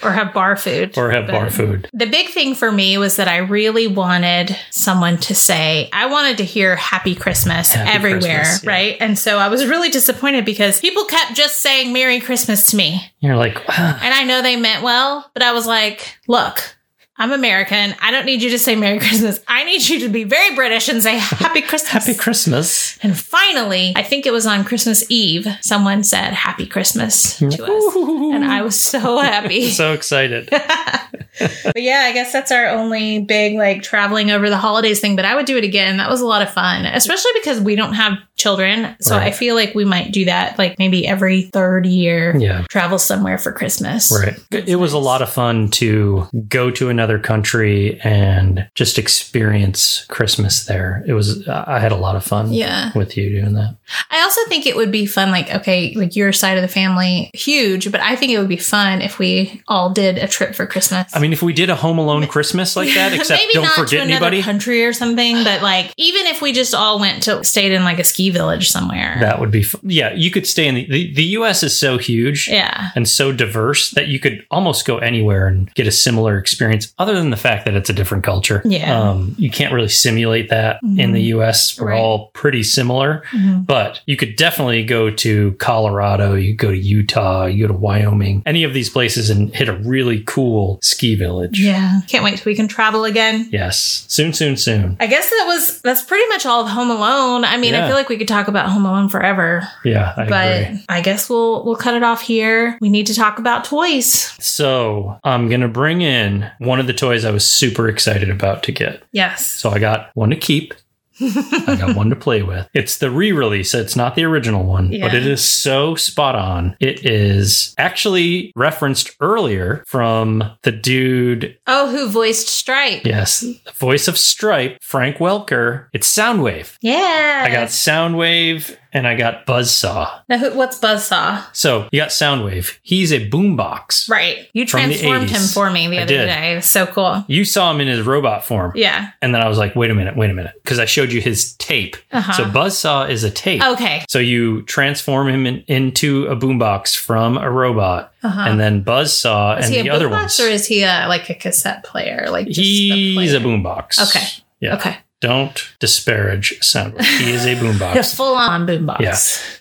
or have bar food. or have bar But- food. The big thing for me was that I really wanted someone to say, I wanted to hear Happy Christmas Happy everywhere, Christmas, yeah. right? And so I was really disappointed because people kept just saying Merry Christmas to me. You're like, "Ah, And I know they meant well, but I was like, look, I'm American. I don't need you to say Merry Christmas. I need you to be very British and say Happy Christmas. happy Christmas. and finally, I think it was on Christmas Eve, someone said Happy Christmas to us. And I was so happy. So excited. But yeah, I guess that's our only big like traveling over the holidays thing, but I would do it again. That was a lot of fun, especially because we don't have children. So Right. I feel like we might do that like maybe every third year. Yeah. Travel somewhere for Christmas. Right. It was a lot of fun to go to another country and just experience Christmas there. It was, I had a lot of fun Yeah. with you doing that. I also think it would be fun, like, okay, like your side of the family, huge, but I think it would be fun if we all did a trip for Christmas. I mean, if we did a Home Alone Christmas like that, except Maybe don't not forget to another anybody, country or something, but like even if we just all went to stayed in like a ski village somewhere. that would be, fun. yeah, you could stay in the, the, the US is so huge. yeah. and so diverse that you could almost go anywhere and get a similar experience other than the fact that it's a different culture Yeah. Mm-hmm. um, you can't really simulate that in the us we're Right. Mm-hmm. all pretty similar but you could definitely go to colorado you go to utah you go to wyoming any of these places and hit a really cool ski village Yeah. Can't wait till we can travel again. yes soon soon soon I guess that was that's pretty much all of Home Alone. I mean, Yeah. I feel like we could talk about Home Alone forever, yeah i but agree I guess we'll we'll cut it off here. We need to talk about toys. so i'm gonna bring in one of the toys i was super excited about to get Yes. So I got one to keep. I got one to play with. It's the re release. It's not the original one, but Yeah. it is so spot on. It is actually referenced earlier from the dude, Oh, who voiced Stripe? yes, the voice of Stripe, Frank Welker. It's Soundwave. Yeah. I got Soundwave and I got Buzzsaw. Now, who, what's Buzzsaw? So you got Soundwave. He's a boombox. Right. You From the transformed him 80s. for me the I other did. day. It was so cool. You saw him in his robot form. Yeah. And then I was like, wait a minute, wait a minute. Because I showed you his tape. Uh-huh. So Buzzsaw is a tape. Okay. So you transform him in, into a boombox from a robot, Uh-huh. and then Buzzsaw is and he a the other boombox ones. or is he a, like a cassette player? Like just the He's a player? boombox. Okay. Yeah. Okay. Don't disparage Soundwave. He is a boombox. Full on boombox. Yeah.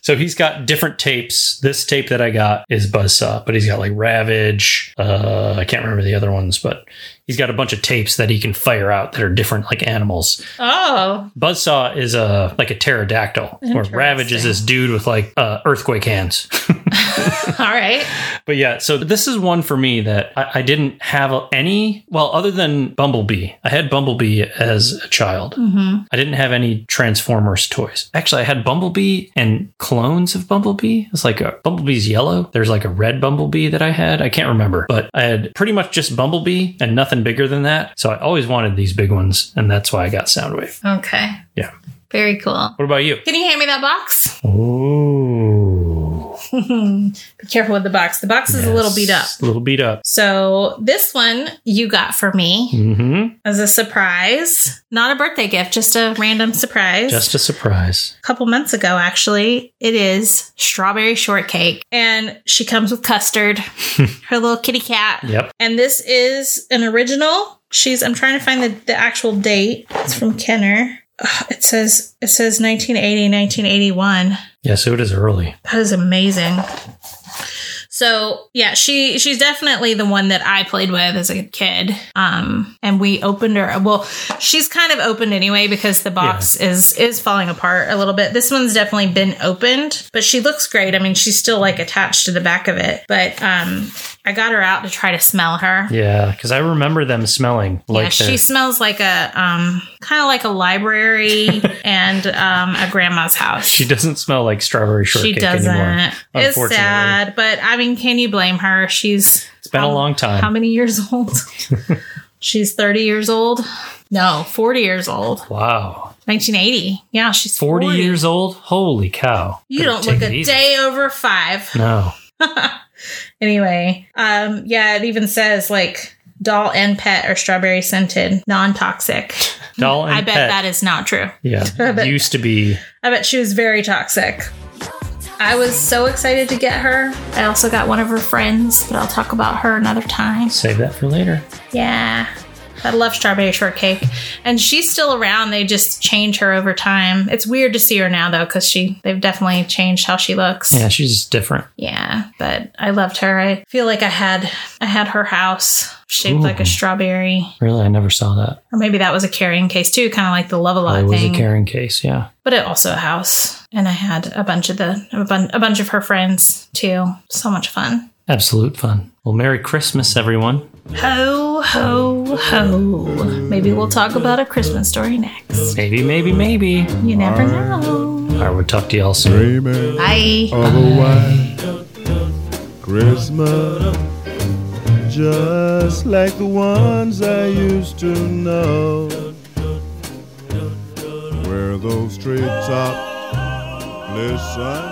So he's got different tapes. This tape that I got is Buzzsaw, but he's got like Ravage. Uh, I can't remember the other ones, but he's got a bunch of tapes that he can fire out that are different, like animals. Oh. Buzzsaw is a like a pterodactyl, or Interesting. Ravage is this dude with like uh, earthquake hands. All right. But yeah, so this is one for me that I, I didn't have any, well, other than Bumblebee. I had Bumblebee as a child. Mm-hmm. I didn't have any Transformers toys. Actually, I had Bumblebee and clones of Bumblebee. It's like a, Bumblebee's yellow. There's like a red Bumblebee that I had. I can't remember, but I had pretty much just Bumblebee and nothing bigger than that. So I always wanted these big ones, and that's why I got Soundwave. Okay. Yeah. Very cool. What about you? Can you hand me that box? Ooh. Hmm. Be careful with the box. The box is a little beat up. A little beat up. So this one you got for me Mm-hmm. as a surprise, not a birthday gift, just a random surprise. Just a surprise. a couple months ago, actually. It is strawberry shortcake, and she comes with custard. her little kitty cat. Yep. And this is an original. She's I'm trying to find the, the actual date. It's from Kenner. Ugh, It says it says 1980, 1981. Yeah, so it is early. That is amazing. So yeah, she she's definitely the one that I played with as a kid. Um, and we opened her. Well, she's kind of opened anyway because the box is is falling apart a little bit. This one's definitely been opened, but she looks great. I mean, she's still like attached to the back of it. But um, I got her out to try to smell her. Yeah, because I remember them smelling like yeah, she they're- smells like a um, kind of like a library and um, a grandma's house. She doesn't smell like strawberry she shortcake doesn't. anymore. It's unfortunately. sad, but I mean, can you blame her? She's It's been a long time. how many years old? she's 30 years old. No, 40 years old. wow. 1980. Yeah, she's 40, years old? Holy cow. You Better don't take look it a easy. day over five. No. Anyway, um, yeah, it even says like doll and pet are strawberry scented, non toxic. Doll and I bet pet. that is not true. Yeah. bet- Used to be. I bet she was very toxic. I was so excited to get her. I also got one of her friends, but I'll talk about her another time. Save that for later. Yeah. I love strawberry shortcake. And she's still around. They just change her over time. It's weird to see her now though, because she they've definitely changed how she looks. Yeah, she's just different. Yeah, But I loved her. I feel like I had I had her house shaped like Ooh. a strawberry. Really, I never saw that. Or maybe that was a carrying case too, kinda like the love a lot I Oh, was a thing. carrying case. Yeah. but it also a house. And I had a bunch of the a, bun- a bunch of her friends too. So much fun. Absolute fun. Well, Merry Christmas, everyone. Ho, ho, ho. Maybe we'll talk about a Christmas story next. Maybe, maybe, maybe. You never know. All right, we'll talk to y'all soon. Dreaming Bye. of a white Christmas, just like the ones I used to know, where those treetops listen. Oh,